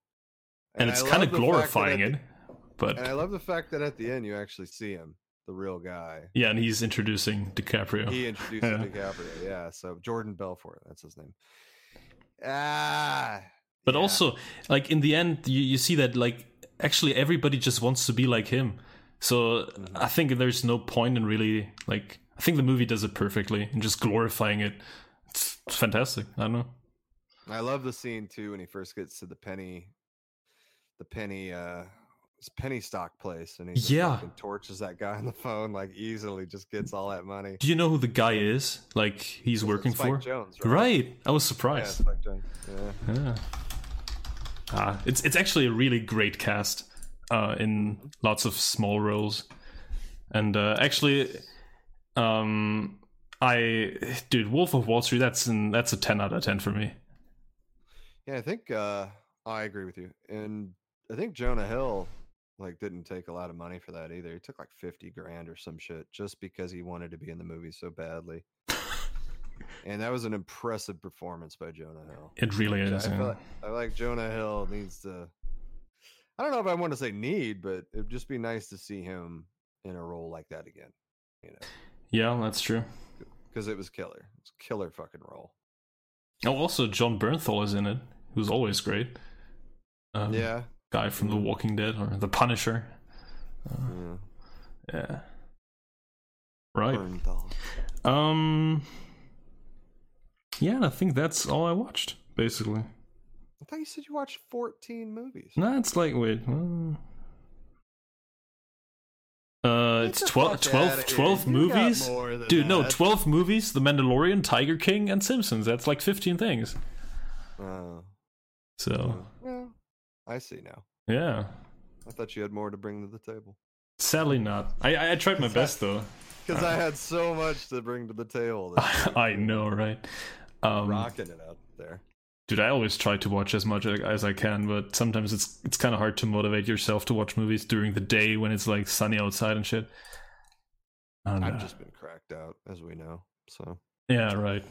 S2: And, it's
S1: I
S2: kind
S1: love the fact
S2: of
S1: that
S2: glorifying
S1: at
S2: it.
S1: the-
S2: But
S1: And I love the fact that at the end you actually see him, the real guy.
S2: yeah, and he's introducing DiCaprio.
S1: He introduces
S2: Oh, Yeah.
S1: DiCaprio. Yeah, so Jordan Belfort, that's his name. Ah,
S2: but
S1: yeah.
S2: also, like in the end, you, you see that like actually everybody just wants to be like him. So
S1: Mm-hmm.
S2: I think there's no point in really like I think the movie does it perfectly and just glorifying it. It's it's fantastic. I don't know.
S1: I love the scene too when he first gets to the penny, the penny, uh, s- penny stock place, and he just
S2: Yeah.
S1: fucking torches that guy on the phone like easily, just gets all that money.
S2: Do you know who the guy is? Like he's
S1: Is it
S2: working
S1: Spike
S2: for?
S1: Jones, right?
S2: Right. I was
S1: Yeah,
S2: surprised.
S1: Spike Jones. Yeah.
S2: Yeah. Ah, it's it's actually a really great cast uh, in lots of small roles, and uh, actually, um, I dude, Wolf of Wall Street. That's in that's a ten out of ten for me.
S1: Yeah, I think uh, I agree with you, and I think Jonah Hill like didn't take a lot of money for that either. He took like fifty grand or some shit just because he wanted to be in the movie so badly. and that was an impressive performance by Jonah Hill.
S2: It really is.
S1: I,
S2: yeah.
S1: feel like, I feel like Jonah Hill needs to. I don't know if I want to say need, but it'd just be nice to see him in a role like that again. You know,
S2: yeah, that's true.
S1: because it was killer. It's killer fucking role.
S2: Oh, also John Bernthal is in it, who's always great. Um,
S1: Yeah.
S2: guy from The Walking Dead or The Punisher.
S1: yeah.
S2: Yeah. Right.
S1: Bernthal.
S2: Um. Yeah, I think that's all I watched basically.
S1: I thought you said you watched 14 movies.
S2: No, it's like wait. Uh, uh,
S1: Get
S2: it's
S1: the
S2: 12,
S1: fuck
S2: 12,
S1: outta here.
S2: 12
S1: You got
S2: movies.
S1: more than
S2: Dude, no,
S1: that.
S2: 12 movies, The Mandalorian, Tiger King, and Simpsons. That's like 15 things.
S1: Oh,
S2: So,
S1: well, I see now.
S2: yeah.
S1: I thought you had more to bring to the table.
S2: Sadly, not. I- I, I tried my best, though.
S1: Because I had so much to bring to the table. That
S2: I know, right? Um,
S1: rocking it out there.
S2: Dude, I always try to watch as much as I can, but sometimes it's it's kind of hard to motivate yourself to watch movies during the day when it's like sunny outside and shit. I don't know.
S1: I've just been cracked out, as we know. So
S2: yeah, right.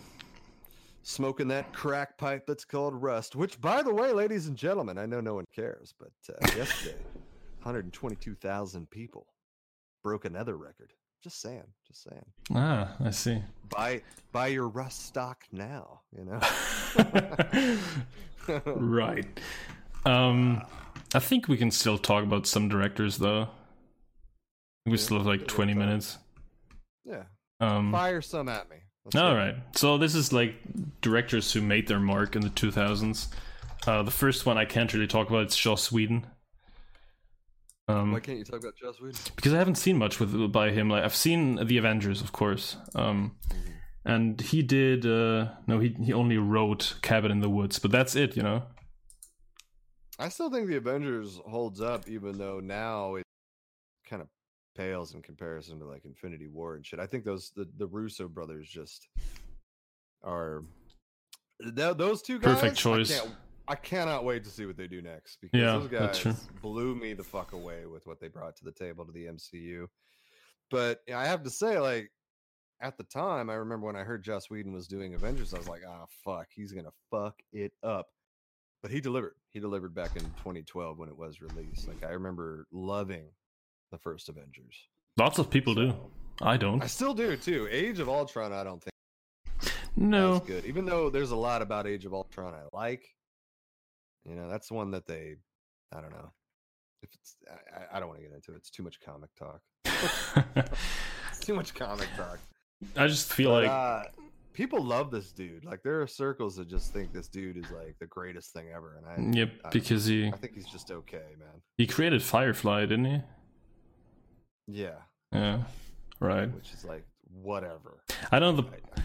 S1: smoking that crack pipe that's called rust. Which, by the way, ladies and gentlemen, I know no one cares, but uh, yesterday, 122,000 people broke another record. Just saying. Just saying.
S2: Ah, I see.
S1: Buy buy your rust stock now. You know.
S2: right. Um, I think we can still talk about some directors, though. We still have like twenty minutes.
S1: Yeah.
S2: Um,
S1: Fire some at me. Let's
S2: All
S1: go.
S2: right. So this is like directors who made their mark in the 2000s. Uh, the first one I can't really talk about. It's Joss Whedon.
S1: Why
S2: Um,
S1: can't you talk about Joss Whedon?
S2: because I haven't seen much with by him. Like I've seen the Avengers, of course. Um, and he did. Uh, no, he he only wrote Cabin in the Woods, but that's it. You know.
S1: I still think the Avengers holds up, even though now it kind of pales in comparison to like Infinity War and shit. I think those the, the Russo brothers just are th- those two guys.
S2: Perfect choice.
S1: I, can't- I cannot wait to see what they do next because
S2: Yeah,
S1: those
S2: that's
S1: guys
S2: true.
S1: blew me the fuck away with what they brought to the table to the MCU. But I have to say, like at the time, I remember when I heard Joss Whedon was doing Avengers, I was like, ah, fuck, he's gonna fuck it up but he delivered. He delivered back in 2012 when it was released. Like I remember loving the first Avengers.
S2: Lots of people do. I don't.
S1: I still do too. Age of Ultron, I don't think
S2: No.
S1: was good. Even though there's a lot about Age of Ultron I like. You know, that's one that they, I don't know. If it's, I, I- I don't want to get into it. It's too much comic talk. It's too much comic talk.
S2: I just feel
S1: But,
S2: like
S1: uh, people love this dude. Like there are circles that just think this dude is like the greatest thing ever, and I,
S2: yep
S1: I-
S2: because he
S1: I think he's just okay, man.
S2: he created Firefly, didn't he?
S1: Yeah,
S2: Yeah. Right.
S1: which is like whatever.
S2: I don't know the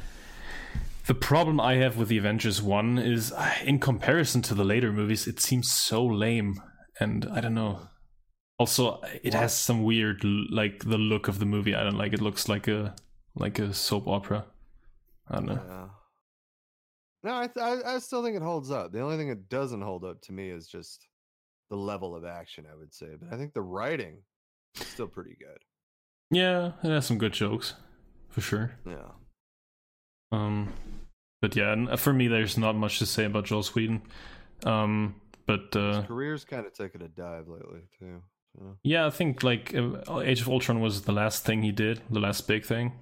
S2: The problem I have with the Avengers 1 is uh, in comparison to the later movies, it seems so lame. And I don't know. Also, it has some weird, l- like the look of the movie. I don't like it. Looks like a like a soap opera. I don't know.
S1: Yeah. No, I, th- I I still think it holds up. The only thing it doesn't hold up to me is just the level of action. I would say, but I think the writing is still pretty good.
S2: Yeah, it has some good jokes, for sure.
S1: Yeah,
S2: Um, but yeah, n- for me, there's not much to say about Joel Sweden. Um, but uh,
S1: his career's kind of taken a dive lately too. so.
S2: yeah, I think like uh, Age of Ultron was the last thing he did, the last big thing.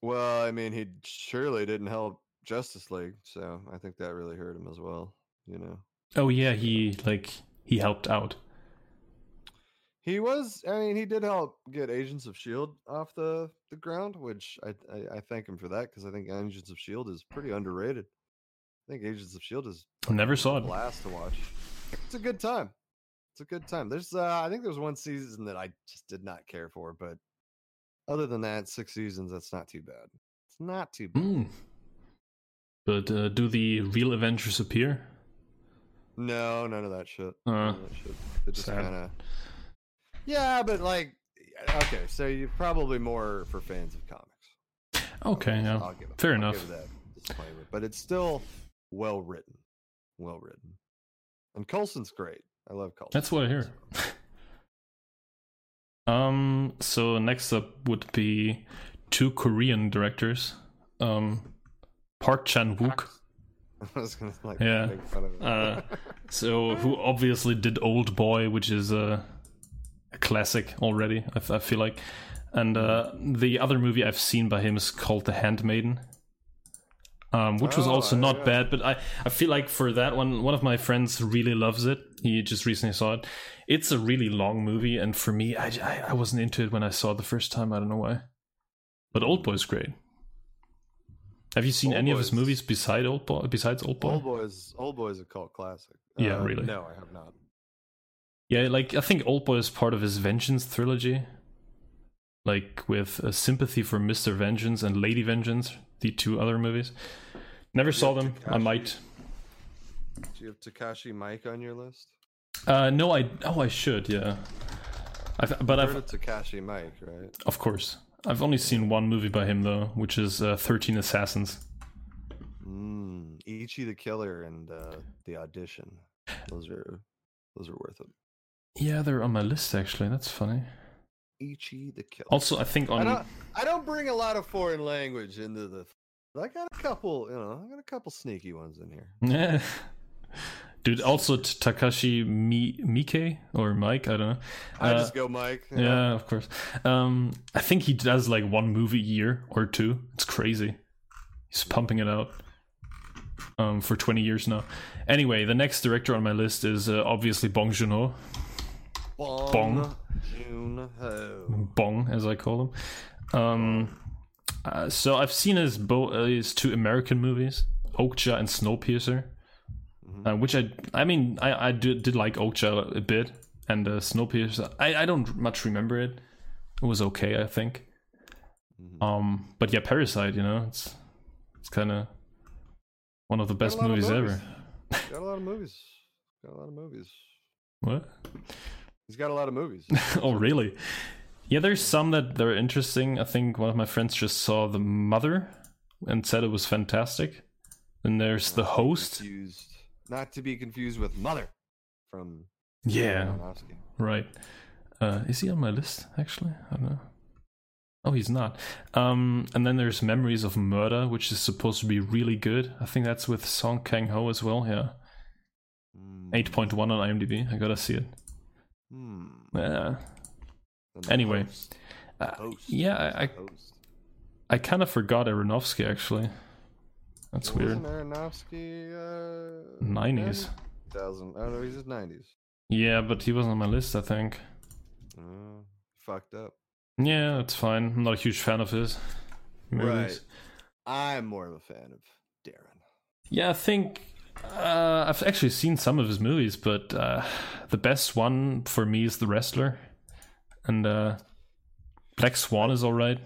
S1: Well, I mean, he surely didn't help Justice League, so I think that really hurt him as well. You know,
S2: Oh yeah, he like he helped out.
S1: he was. I mean, he did help get Agents of Shield E off the the ground, which I I, I thank him for that because I think Agents of Shield is pretty underrated. I think Agents of Shield is
S2: Never saw
S1: a
S2: it.
S1: blast to watch. It's a good time. It's a good time. There's, uh, I think there's one season that I just did not care for, but other than that, six seasons, that's not too bad. It's not too bad.
S2: Hmm. But uh, do the real Avengers appear?
S1: No, none of that shit.
S2: Uh,
S1: None of that shit. It just
S2: sad.
S1: kind of. Yeah, but like, okay, so you're probably more for fans of comics.
S2: Okay,
S1: I'll-
S2: yeah.
S1: I'll give it,
S2: Fair
S1: I'll
S2: enough.
S1: Give that disclaimer, but it's still well written, well written, and Colson's great. I love Colson.
S2: That's what I hear. um. So next up would be two Korean directors. Um. Park Chan Wook.
S1: I was gonna like
S2: Yeah.
S1: make fun of it.
S2: Uh, so who obviously did Old Boy, which is a, a classic already. I, f- I feel like, and uh, the other movie I've seen by him is called The Handmaiden, um, which was
S1: Oh,
S2: also not
S1: yeah.
S2: bad. But I I feel like for that one, one of my friends really loves it. He just recently saw it. It's a really long movie, and for me, I I, I wasn't into it when I saw it the first time. I don't know why, but Old Boy's great. Have you seen
S1: Old
S2: any of his
S1: Boy's-
S2: movies beside Old Boy? Besides Old Boy,
S1: Old Boy's Old Boy's a cult classic. Uh,
S2: Yeah, really.
S1: No, I have not.
S2: Yeah, like I think Oldboy is part of his Vengeance trilogy, like with uh, Sympathy for Mister Vengeance and Lady Vengeance, the two other movies. Never saw them. I
S1: Takashi.
S2: might.
S1: Do you have Takashi Mike on your list?
S2: Uh, no, I. Oh, I should. Yeah, I've, but
S1: Heard
S2: I've
S1: of Takashi Mike, right?
S2: of course I've only seen one movie by him though, which is uh, Thirteen Assassins.
S1: Mm, Ichi the Killer and uh, the Audition. Those are those are worth it.
S2: Yeah, they're on my list actually. That's funny.
S1: Ichi the Killer.
S2: Also, um, I think
S1: I
S2: on
S1: don't I don't bring a lot of foreign language into the. I got a couple, you know, I got a couple sneaky ones in here.
S2: Yeah. Dude, also t- Takashi Mi- Miike or Mike, I don't know.
S1: I
S2: Uh,
S1: just go, Mike. you know?
S2: Yeah, of course. Um, I think he does like one movie a year or two. It's crazy. He's pumping it out um, for 20 years now. Anyway, the next director on my list is uh, obviously Bong Joon-ho.
S1: Bong,
S2: Bong.
S1: Joon-ho.
S2: Bong, as I call him. Um, uh, so I've seen his, bo- uh, his two American movies, Okja and Snowpiercer,
S1: Mm-hmm.
S2: uh, which I I mean I I did, did like Okja a bit and uh, Snowpiercer. I I don't much remember it. It was okay, I think.
S1: Mm-hmm.
S2: Um, but yeah, Parasite. You know, it's it's kind of one of the best
S1: lot of
S2: movies,
S1: movies.
S2: ever.
S1: Got a lot of movies. Got a lot of movies.
S2: What?
S1: He's got a lot of movies.
S2: oh, really? Yeah, there's some that they're interesting. I think one of my friends just saw The Mother and said it was fantastic. Then there's The Host.
S1: Confused, not to be confused with Mother from
S2: Yeah,
S1: Aronofsky.
S2: Right. Uh, is he on my list, actually? I don't know. Oh, he's not. Um, and then there's Memories of Murder, which is supposed to be really good. I think that's with Song Kang Ho as well, yeah.
S1: Mm,
S2: 8.1 on IMDb. I gotta see it. Uh,
S1: hmm.
S2: Yeah.
S1: And the
S2: Anyway,
S1: host,
S2: Uh,
S1: host,
S2: yeah, I, I,
S1: host.
S2: I kind of forgot Aronofsky, actually. That's
S1: Well,
S2: weird.
S1: Wasn't Aronofsky? Uh,
S2: 90s.
S1: 2000. Oh no, he's just 90s.
S2: Yeah, but he wasn't on my list, I think.
S1: Uh, fucked up.
S2: Yeah, that's fine. I'm not a huge fan of his movies.
S1: Right. I'm more of a fan of Darren.
S2: Yeah, I think uh, I've actually seen some of his movies, but uh, the best one for me is The Wrestler, and uh, Black Swan is all right.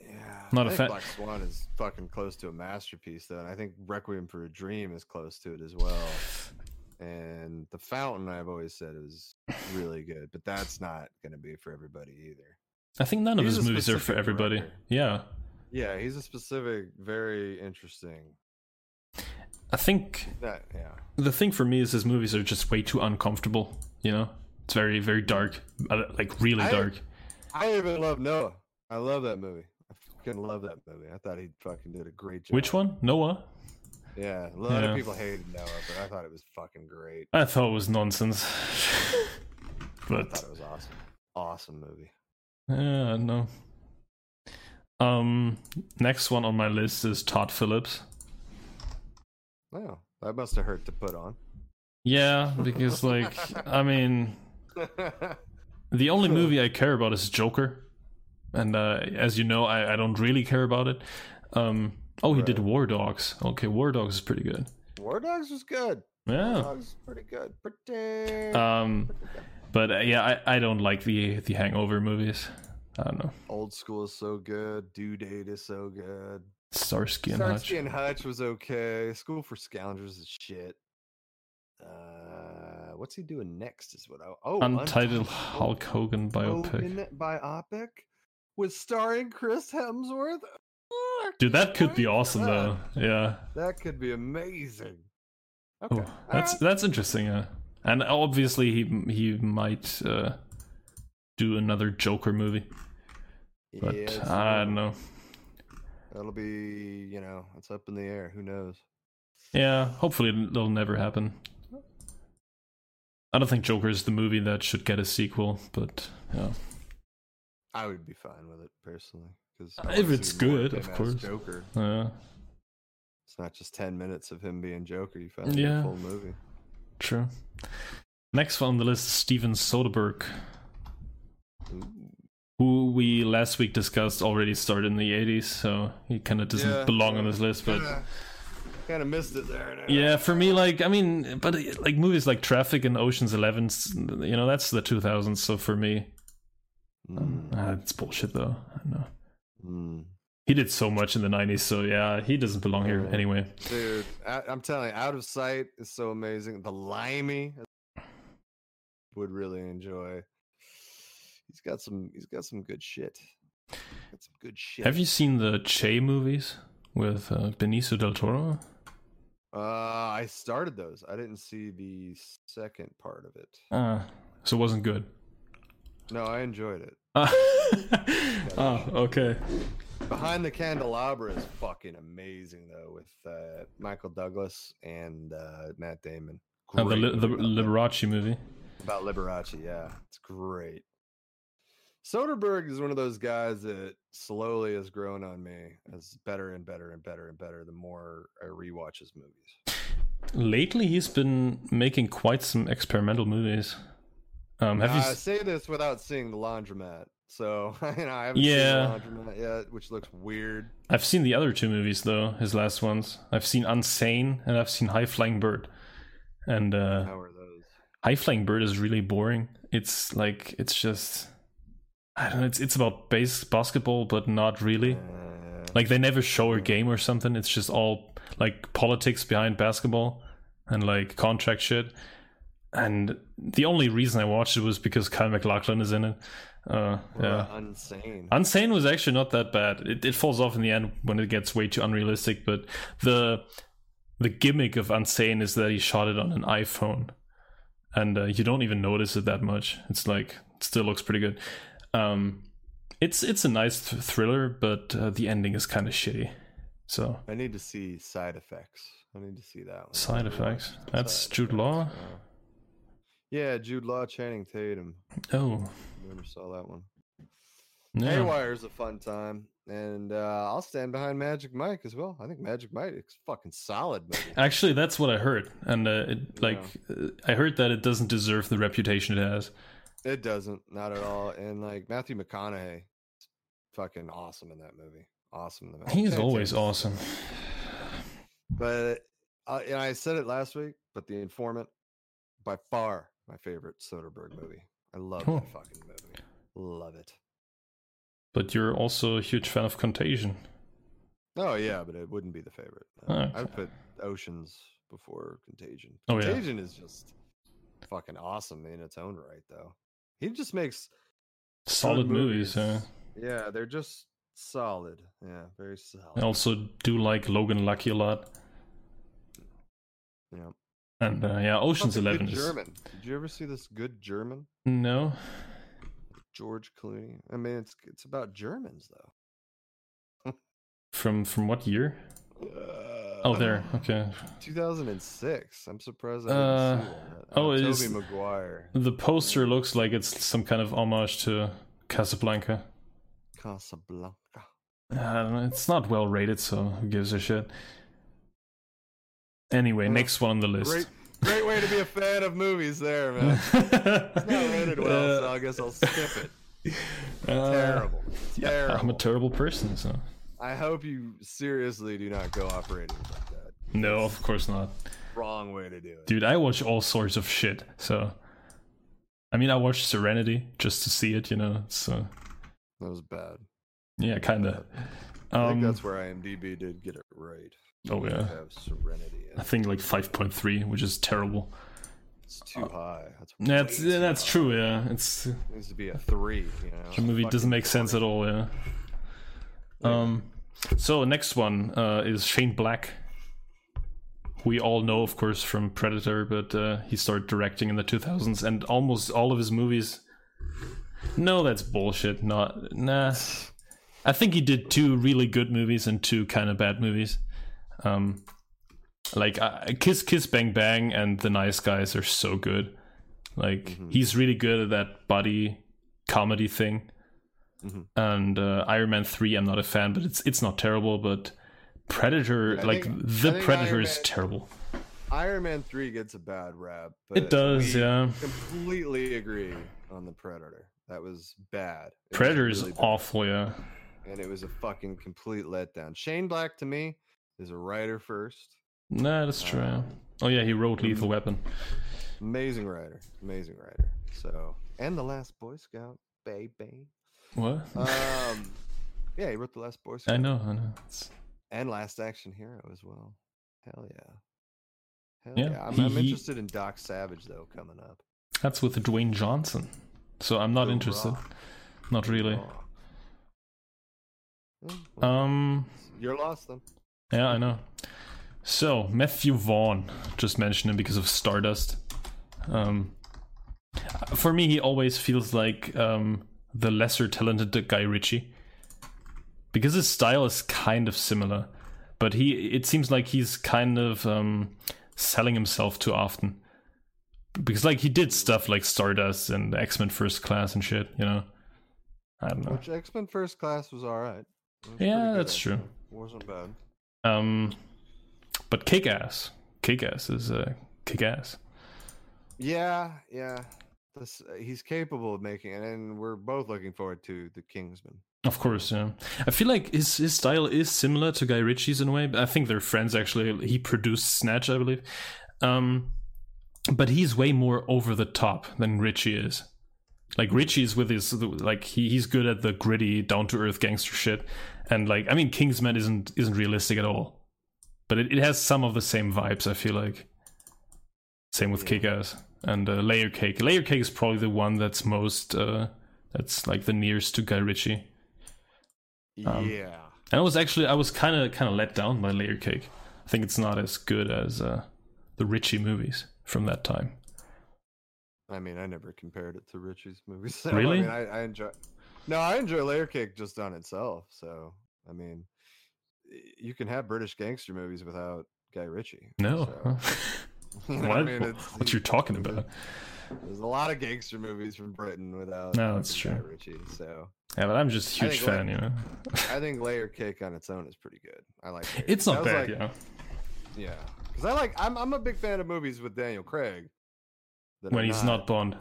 S1: Yeah,
S2: Not
S1: I
S2: a
S1: think
S2: fan-
S1: Black Swan is fucking close to a masterpiece, though, and I think Requiem for a Dream is close to it as well. And The Fountain, I've always said, is really good, but that's not going to be for everybody either.
S2: I think none of
S1: He's
S2: his
S1: a
S2: movies are for
S1: specific
S2: everybody.
S1: director.
S2: Yeah,
S1: Yeah, he's a specific, very interesting.
S2: I think
S1: That yeah,
S2: the thing for me is his movies are just way too uncomfortable. You know, it's very very dark, uh, like really
S1: I-
S2: dark.
S1: I even love Noah. I love that movie. I fucking love that movie. I thought he fucking did a great job.
S2: Which one, Noah?
S1: Yeah, a lot
S2: Yeah.
S1: of people hated Noah, but I thought it was fucking great.
S2: I thought it was nonsense,
S1: I
S2: but
S1: thought it was awesome. Awesome movie.
S2: Yeah, no. Um, next one on my list is Todd Phillips.
S1: Wow, that must have hurt to put on.
S2: Yeah, because like I mean, the only movie I care about is Joker, and uh, as you know, I, I don't really care about it. Um, oh, he did War Dogs. Okay, War Dogs is pretty good.
S1: War Dogs was good. War
S2: Yeah.
S1: Dogs is pretty good. Pretty.
S2: Um, but uh, yeah, I, I don't like the the Hangover movies. I don't know.
S1: Old school is so good. Due date is so good.
S2: Starsky and
S1: Starsky
S2: Hutch.
S1: and Hutch was okay. School for Scoundrels is shit. Uh, what's he doing next? Is what I oh
S2: Untitled Hulk Hogan biopic.
S1: Hogan biopic with starring Chris Hemsworth. Oh, I
S2: Dude, that could
S1: can't wait
S2: be
S1: for
S2: awesome though. Yeah.
S1: that. That could be amazing. Okay, Uh,
S2: Oh, that's that's interesting. Yeah. And obviously he he might uh, do another Joker movie,
S1: alright.
S2: but
S1: Yeah, it's another-
S2: I don't know.
S1: That'll be, you know, it's up in the air. Who knows?
S2: Yeah, hopefully it'll never happen. I don't think Joker is the movie that should get a sequel, but yeah.
S1: I would be fine with it personally because
S2: Uh, If it's good, of course.
S1: Joker.
S2: Yeah,
S1: It's not just ten minutes of him being Joker. You found yeah.
S2: Yeah.
S1: the full movie.
S2: true. Next one on the list is Steven Soderbergh,
S1: Ooh.
S2: who we last week discussed already started in the 80s, so he kind of doesn't
S1: Yeah.
S2: belong on this list, but.
S1: Kind of missed it there. no?
S2: Yeah, for me, like I mean, but uh, like movies like Traffic and Ocean's Eleven, s- you know, that's the 2000s. So for me,
S1: Mm,
S2: ah, it's bullshit though. I don't know.
S1: mm.
S2: He did so much in the 90s, so yeah, he doesn't belong here
S1: Yeah.
S2: anyway.
S1: Dude, I, I'm telling you, Out of Sight is so amazing. The Limey I would really enjoy. He's got some. He's got some good shit. Got some good shit.
S2: Have you seen the Che movies with uh, Benicio del Toro?
S1: Uh, I started those. I didn't see the second part of it.
S2: Uh, so it wasn't good.
S1: No, I enjoyed it.
S2: Ah. oh, okay.
S1: Behind the Candelabra is fucking amazing though, with uh, Michael Douglas and uh, Matt Damon.
S2: Uh, the
S1: Great
S2: Li- the
S1: movie about that.
S2: Liberace movie.
S1: about Liberace. Yeah, it's great. Soderbergh is one of those guys that slowly has grown on me as better and better and better and better the more I rewatch his movies.
S2: Lately, he's been making quite some experimental movies. Um, have
S1: Now,
S2: you?
S1: I
S2: s-
S1: say this without seeing The Laundromat. So, you know, I haven't
S2: Yeah.
S1: seen The Laundromat yet, which looks weird.
S2: I've seen the other two movies though. His last ones. I've seen Unsane and I've seen High Flying Bird. And uh,
S1: How are those?
S2: High Flying Bird is really boring. It's like it's just I don't know. It's it's about base basketball, but not really.
S1: Uh,
S2: Like they never show a game or something. It's just all like politics behind basketball and like contract shit. And the only reason I watched it was because Kyle McLaughlin is in it. Uh,
S1: what
S2: yeah.
S1: about Unsane.
S2: Unsane was actually not that bad. It, it falls off in the end when it gets way too unrealistic. But the the gimmick of Unsane is that he shot it on an iPhone, and uh, you don't even notice it that much. It's like it still looks pretty good. Um, it's it's a nice th- thriller, but uh, the ending is kind of shitty. So
S1: I need to see Side Effects. I need to see that one.
S2: side
S1: Never watched
S2: effects. That's
S1: Side
S2: Jude
S1: Effects,
S2: Law.
S1: yeah. Yeah, Jude Law, Channing Tatum.
S2: Oh
S1: Never saw that one.
S2: no.
S1: Haywire's a fun time, and uh, I'll stand behind Magic Mike as well. I think Magic Mike is fucking solid. Movie.
S2: Actually, that's what I heard, and uh, it, like uh, I heard that it doesn't deserve the reputation it has.
S1: It doesn't, not at all. And like Matthew McConaughey, is fucking awesome in that movie. Awesome. In the movie.
S2: He's
S1: Channing
S2: always
S1: Tatum's-
S2: awesome.
S1: But uh, and I said it last week, but The Informant, by far my favorite Soderbergh movie. I love
S2: Cool.
S1: that fucking movie. Love it.
S2: But you're also a huge fan of Contagion.
S1: Oh yeah, but it wouldn't be the favorite. no.
S2: Oh, Okay.
S1: I would put Oceans before Contagion.
S2: Oh, yeah.
S1: Contagion is just fucking awesome in its own right, though. He just makes
S2: Solid
S1: good
S2: movies.
S1: Yeah, they're just solid. Yeah, very solid.
S2: yeah. I also do like Logan Lucky a lot.
S1: Yeah.
S2: And uh, yeah, Ocean's
S1: Fucking Good
S2: Eleven is
S1: German. Did you ever see this Good German?
S2: no.
S1: George Clooney. I mean, it's it's about Germans though.
S2: From from what year?
S1: Uh,
S2: Oh, there. Okay.
S1: 2006. I'm surprised. I didn't see
S2: Uh,
S1: that.
S2: oh, it
S1: Toby
S2: is-
S1: Maguire.
S2: The poster looks like it's some kind of homage to Casablanca.
S1: Casablanca.
S2: I don't know, it's not well rated, so who gives a shit? Anyway,
S1: Yeah.
S2: next one on the list.
S1: Great, great way to be a fan of movies, there, man. It's not rated well, so I guess I'll skip it.
S2: Uh, uh,
S1: Terrible.
S2: yeah, I'm a
S1: Terrible.
S2: terrible person, so.
S1: I hope you seriously do not go off ratings like that.
S2: No, of course not.
S1: Wrong way to do it.
S2: Dude, I watch all sorts of shit. So, I mean, I watched Serenity just to see it, you know. So,
S1: That was bad.
S2: yeah, kind of.
S1: I
S2: Um,
S1: think that's where IMDb did get it right.
S2: oh
S1: We
S2: yeah,
S1: Have Serenity. in
S2: I
S1: it.
S2: think like five point three, which is terrible.
S1: It's too high. That's
S2: That's
S1: way too
S2: uh, yeah, that's
S1: high.
S2: true. Yeah, it's
S1: It needs to be a three. You know,
S2: the movie doesn't
S1: Fucking
S2: make sense at all. Yeah. Um. So next one uh, is Shane Black. We all know, of course, from Predator, but uh, he started directing in the 2000s, and almost all of his movies. No, that's bullshit. Not nah. I think he did two really good movies and two kind of bad movies. Um, like uh, Kiss Kiss Bang Bang and The Nice Guys are so good. Like
S1: Mhm.
S2: he's really good at that buddy comedy thing.
S1: Mhm.
S2: And uh, Iron Man three, I'm not a fan, but it's it's not terrible. But Predator,
S1: I
S2: like
S1: think- I
S2: the
S1: think
S2: Predator,
S1: Iron
S2: is
S1: Man-
S2: terrible.
S1: Iron Man three gets a bad rap. But
S2: It does,
S1: we
S2: yeah.
S1: Completely agree on the Predator. That was bad. It was
S2: Predator is
S1: really bad,
S2: awful, yeah.
S1: and it was a fucking complete letdown. Shane Black to me is a writer first.
S2: Nah, that's true.
S1: Um,
S2: yeah. Oh yeah, he
S1: hmm.
S2: wrote Lethal Weapon.
S1: Amazing writer, amazing writer. So, and the Last Boy Scout, baby.
S2: What?
S1: Um, yeah, he wrote the Last Boy Scout.
S2: I know, I know. It's,
S1: And Last Action Hero as well. Hell yeah. Hell
S2: Yeah,
S1: yeah. I'm,
S2: he-
S1: I'm
S2: he-
S1: interested in Doc Savage though coming up.
S2: that's with Dwayne Johnson. So I'm not
S1: The
S2: interested.
S1: Rock.
S2: Not really.
S1: Aw. Mm, well,
S2: Um.
S1: You're lost then.
S2: Yeah, I know. So Matthew Vaughn, just mentioned him because of Stardust. Um, for me, he always feels like um, the lesser talented Guy Ritchie, because his style is kind of similar, but he it seems like he's kind of um, selling himself too often. Because like he did stuff like Stardust and X Men First Class and shit, you know. I don't know.
S1: Which X Men First Class was all right. It was pretty
S2: Uh. Yeah,
S1: good,
S2: that's true.
S1: actually. Wasn't bad.
S2: Um, but kick ass, kick ass is uh, kick ass.
S1: Yeah, yeah. This uh, he's capable of making it, and we're both looking forward to the Kingsman.
S2: Of course, yeah. I feel like his his style is similar to Guy Ritchie's in a way. but I think they're friends actually. He produced Snatch, I believe. Um, but he's way more over the top than Ritchie is. Like Ritchie's with his like he, he's good at the gritty, down to earth gangster shit, and like I mean Kingsman isn't isn't realistic at all, but it, it has some of the same vibes. I feel like. Same with Kick Ass and uh, Layer Cake. Layer Cake is probably the one that's most uh, that's like the nearest to Guy Ritchie. Um,
S1: yeah,
S2: And I was actually I was kind of kind of let down by Layer Cake. I think it's not as good as uh, the Ritchie movies from that time.
S1: I mean, I never compared it to Richie's movies. so,
S2: Really?
S1: I mean, I, I enjoy. No, I enjoy Layer Cake just on itself. So, I mean, y- you can have British gangster movies without Guy Ritchie.
S2: No,
S1: so, you know
S2: what?
S1: I mean, it's,
S2: what you talking
S1: there's-
S2: about?
S1: There's a lot of gangster movies from Britain without
S2: No, that's
S1: fucking Guy
S2: true.
S1: Ritchie. So,
S2: Yeah, but I'm just a
S1: I
S2: huge
S1: think, like-
S2: fan, you know.
S1: I think Layer Cake on its own is pretty good. I like. Layer
S2: It's
S1: Cake.
S2: not
S1: That was
S2: bad,
S1: like-
S2: yeah.
S1: Yeah, because I like I'm I'm a big fan of movies with Daniel Craig. that are
S2: When he's not Bond,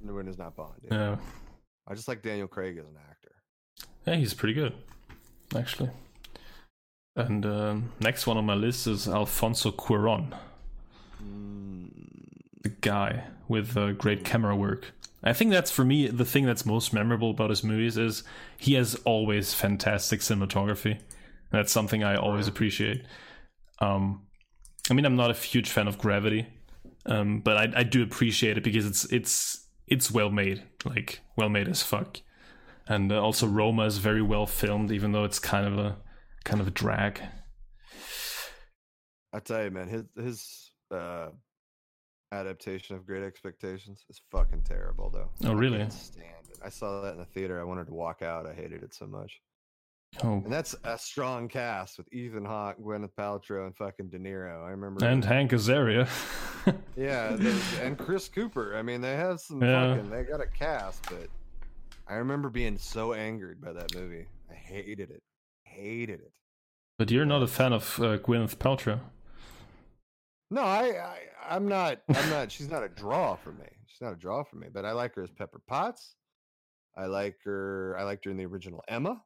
S1: when he's not Bond. yeah.
S2: yeah,
S1: I just like Daniel Craig as an actor.
S2: yeah, he's pretty good, actually. And um, next one on my list is Alfonso Cuarón,
S1: Mm,
S2: the guy with uh, great camera work. I think that's for me the thing that's most memorable about his movies is he has always fantastic cinematography. That's something I always appreciate. Um, I mean, I'm not a huge fan of Gravity, um, but I, I do appreciate it because it's it's it's well made, like well made as fuck. And uh, also Roma is very well filmed, even though it's kind of a kind of a drag.
S1: I tell you, man, his his uh, adaptation of Great Expectations is fucking terrible, though.
S2: Oh,
S1: I
S2: really?
S1: can't Stand it. I saw that in the theater. I wanted to walk out. I hated it so much.
S2: Oh,
S1: And that's a strong cast with Ethan Hawke, Gwyneth Paltrow, and fucking De Niro. I remember.
S2: and Hank Azaria.
S1: Yeah, those- and Chris Cooper. I mean, they have some
S2: Yeah.
S1: fucking. They got a cast, but I remember being so angered by that movie. I hated it. Hated it.
S2: but you're not a fan of uh, Gwyneth Paltrow.
S1: No, I, I I'm not. I'm not. She's not a draw for me. She's not a draw for me. But I like her as Pepper Potts. I like her. I liked her in the original Emma.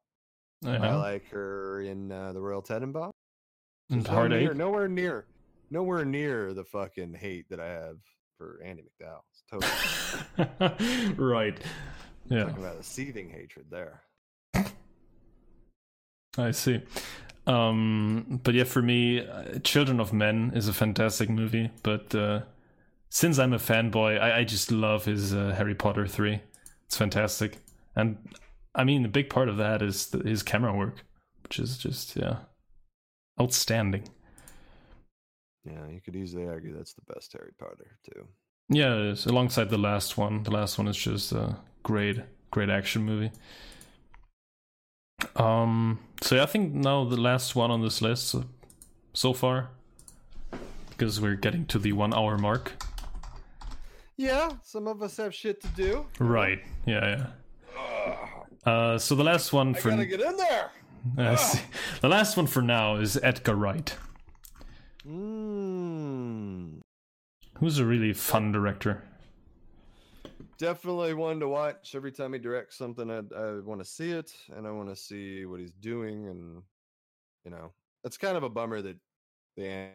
S1: I
S2: Uh-huh.
S1: like her in uh, the Royal Tenenbaum.
S2: And
S1: There's no near-
S2: Heartache.
S1: nowhere near, nowhere near the fucking hate that I have for Andy McDowell. It's totally
S2: right. Yeah,
S1: talking about a seething hatred there.
S2: I see. Um, but yeah, for me, uh, Children of Men is a fantastic movie. But uh, since I'm a fanboy, I, I just love his uh, Harry Potter 3. It's fantastic. And I mean, a big part of that is the, his camera work, which is just, yeah, outstanding.
S1: Yeah, you could easily argue that's the best Harry Potter too.
S2: Yeah, it is. Alongside the last one. The last one is just a great, great action movie. Um, so yeah, I think now the last one on this list so, so far, because we're getting to the one hour mark.
S1: Yeah, some of us have shit to do.
S2: Right. Yeah. Yeah. Uh, so the last one
S1: I
S2: for
S1: gotta get in there.
S2: uh, see- the last one for now is Edgar Wright,
S1: Mm,
S2: who's a really fun director.
S1: definitely one to watch. Every time he directs something, I, I want to see it, and I want to see what he's doing. And you know, it's kind of a bummer that the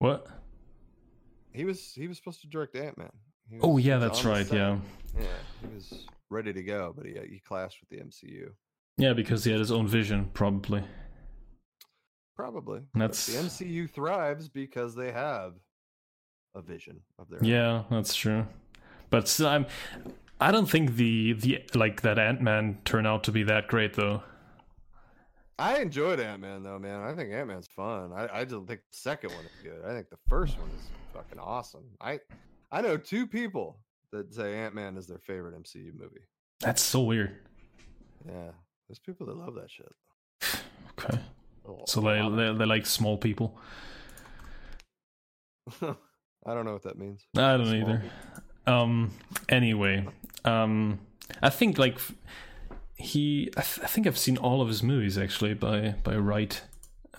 S2: What?
S1: he was he was supposed to direct Ant Man.
S2: Oh yeah, that's right. Yeah.
S1: yeah, he was ready to go, but he uh, he clashed with the MCU.
S2: Yeah, because he had his own vision, probably.
S1: Probably.
S2: That's
S1: The MCU thrives because they have a vision of their own.
S2: yeah, that's true. But still, I'm. I don't think the the like that Ant Man turned out to be that great though.
S1: I enjoyed Ant Man though, man. I think Ant Man's fun. I, I don't think the second one is good. I think the first one is fucking awesome. I I know two people that say Ant Man is their favorite MCU movie.
S2: That's so weird.
S1: Yeah. There's people that love that shit.
S2: Okay,
S1: Oh,
S2: so they
S1: wow.
S2: they they like small people.
S1: I don't know what that means.
S2: I don't
S1: Small
S2: either. Um. Anyway, um, I think like f- he. I, th- I think I've seen all of his movies actually by by Wright,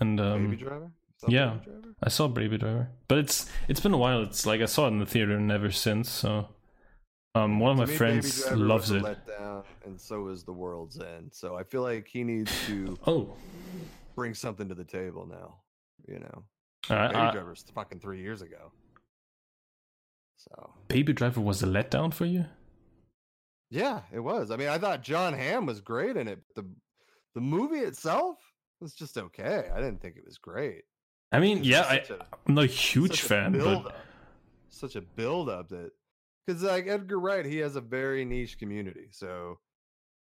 S2: and um,
S1: Baby Driver? Is that
S2: yeah.
S1: Baby Driver?
S2: I saw Baby Driver, but it's it's been a while. It's like I saw it in the theater and ever since. So, um, one of
S1: To
S2: my
S1: me, Baby
S2: friends
S1: Driver was
S2: loves
S1: a
S2: it.
S1: letdown, and so is The World's End. So I feel like he needs to
S2: Oh,
S1: bring something to the table now. You know,
S2: I- I-
S1: Baby
S2: Baby, Driver.
S1: Driver's fucking three years ago. So
S2: was a letdown for you.
S1: yeah, it was. I mean, I thought John Hamm was great in it, but the the movie itself was just okay. I didn't think it was great.
S2: I mean,
S1: It's
S2: yeah,
S1: just
S2: I,
S1: such a-
S2: I'm not a huge
S1: such a
S2: fan, but
S1: build-up. such a build up that because like Edgar Wright, he has a very niche community. So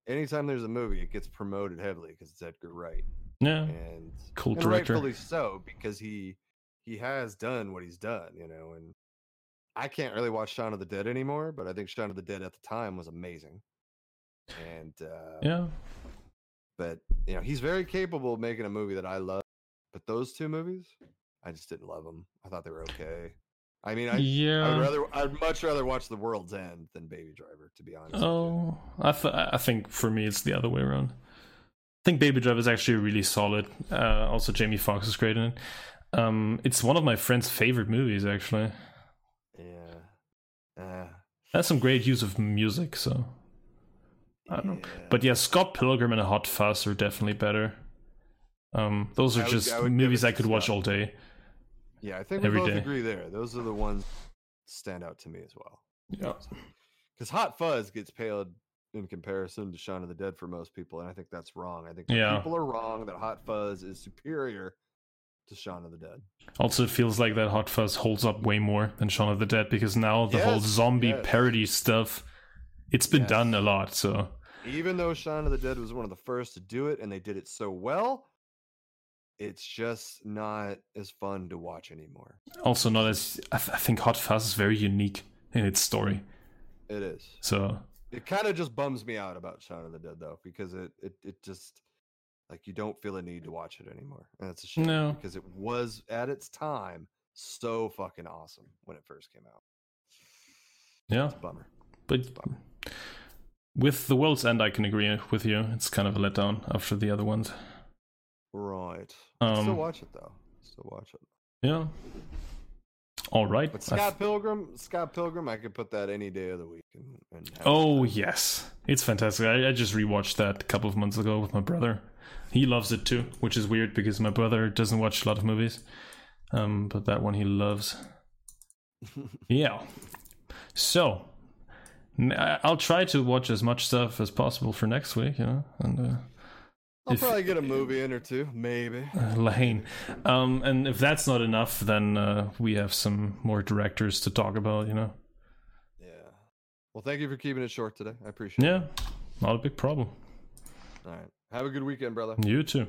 S1: anytime there's a movie, it gets promoted heavily because it's Edgar Wright,
S2: yeah,
S1: and
S2: cool
S1: and
S2: director.
S1: rightfully so because he he has done what he's done, you know. And I can't really watch Shaun of the Dead anymore, but I think Shaun of the Dead at the time was amazing. And uh,
S2: yeah,
S1: but you know he's very capable of making a movie that I love. But those two movies, I just didn't love them. I thought they were okay. I mean, I,
S2: yeah.
S1: I would rather, I'd much rather watch The World's End than Baby Driver, to be honest. with you.
S2: Oh, I th- I think for me it's the other way around. I think Baby Driver is actually really solid. Uh, also, Jamie Foxx is great in it. Um, it's one of my friend's favorite movies, actually.
S1: yeah, uh,
S2: That's some great use of music. So, I don't know. But yeah, Scott Pilgrim and Hot Fuzz are definitely better. Um, those
S1: I
S2: are
S1: would-
S2: just
S1: I would give
S2: movies
S1: it
S2: I
S1: to
S2: could watch
S1: Scott.
S2: all day.
S1: yeah, I think we
S2: every
S1: both
S2: day.
S1: agree there. Those are the ones that stand out to me as well.
S2: Yeah.
S1: because Hot Fuzz gets paled in comparison to Shaun of the Dead for most people, and I think that's wrong. I think that
S2: Yeah.
S1: people are wrong that Hot Fuzz is superior to Shaun of the Dead.
S2: Also, it feels like that Hot Fuzz holds up way more than Shaun of the Dead because now the whole
S1: Yes,
S2: zombie
S1: yes.
S2: parody stuff, it's been
S1: Yes.
S2: done a lot. So,
S1: Even though Shaun of the Dead was one of the first to do it, and they did it so well, it's just not as fun to watch anymore.
S2: also not as I, th- I think Hot Fuzz is very unique in its story.
S1: It is.
S2: So
S1: It kind of just bums me out about Shaun of the Dead though, because it it it just like you don't feel a need to watch it anymore, and that's a shame
S2: No.
S1: because it was at its time so fucking awesome when it first came out.
S2: yeah,
S1: It's a bummer.
S2: but with the world's end, I can agree with you. It's kind of a letdown after the other ones.
S1: Right. I'd still
S2: Um,
S1: watch it though. Still watch it.
S2: yeah. All right.
S1: But
S2: I
S1: Scott
S2: th-
S1: Pilgrim, Scott Pilgrim, I could put that any day of the week. And, and have it
S2: oh
S1: done.
S2: yes, it's fantastic. I, I just rewatched that a couple of months ago with my brother. He loves it too, which is weird because my brother doesn't watch a lot of movies. Um, but that one he loves. yeah. So n- I- I'll try to watch as much stuff as possible for next week, you know, and uh,
S1: I'll
S2: if-
S1: probably get a movie in or two, maybe.
S2: uh, uh, Lane. Um, and if that's not enough, then uh, we have some more directors to talk about, you know.
S1: Yeah. Well, thank you for keeping it short today. I appreciate it.
S2: Yeah, not a big problem.
S1: All right. Have a good weekend, brother.
S2: You too.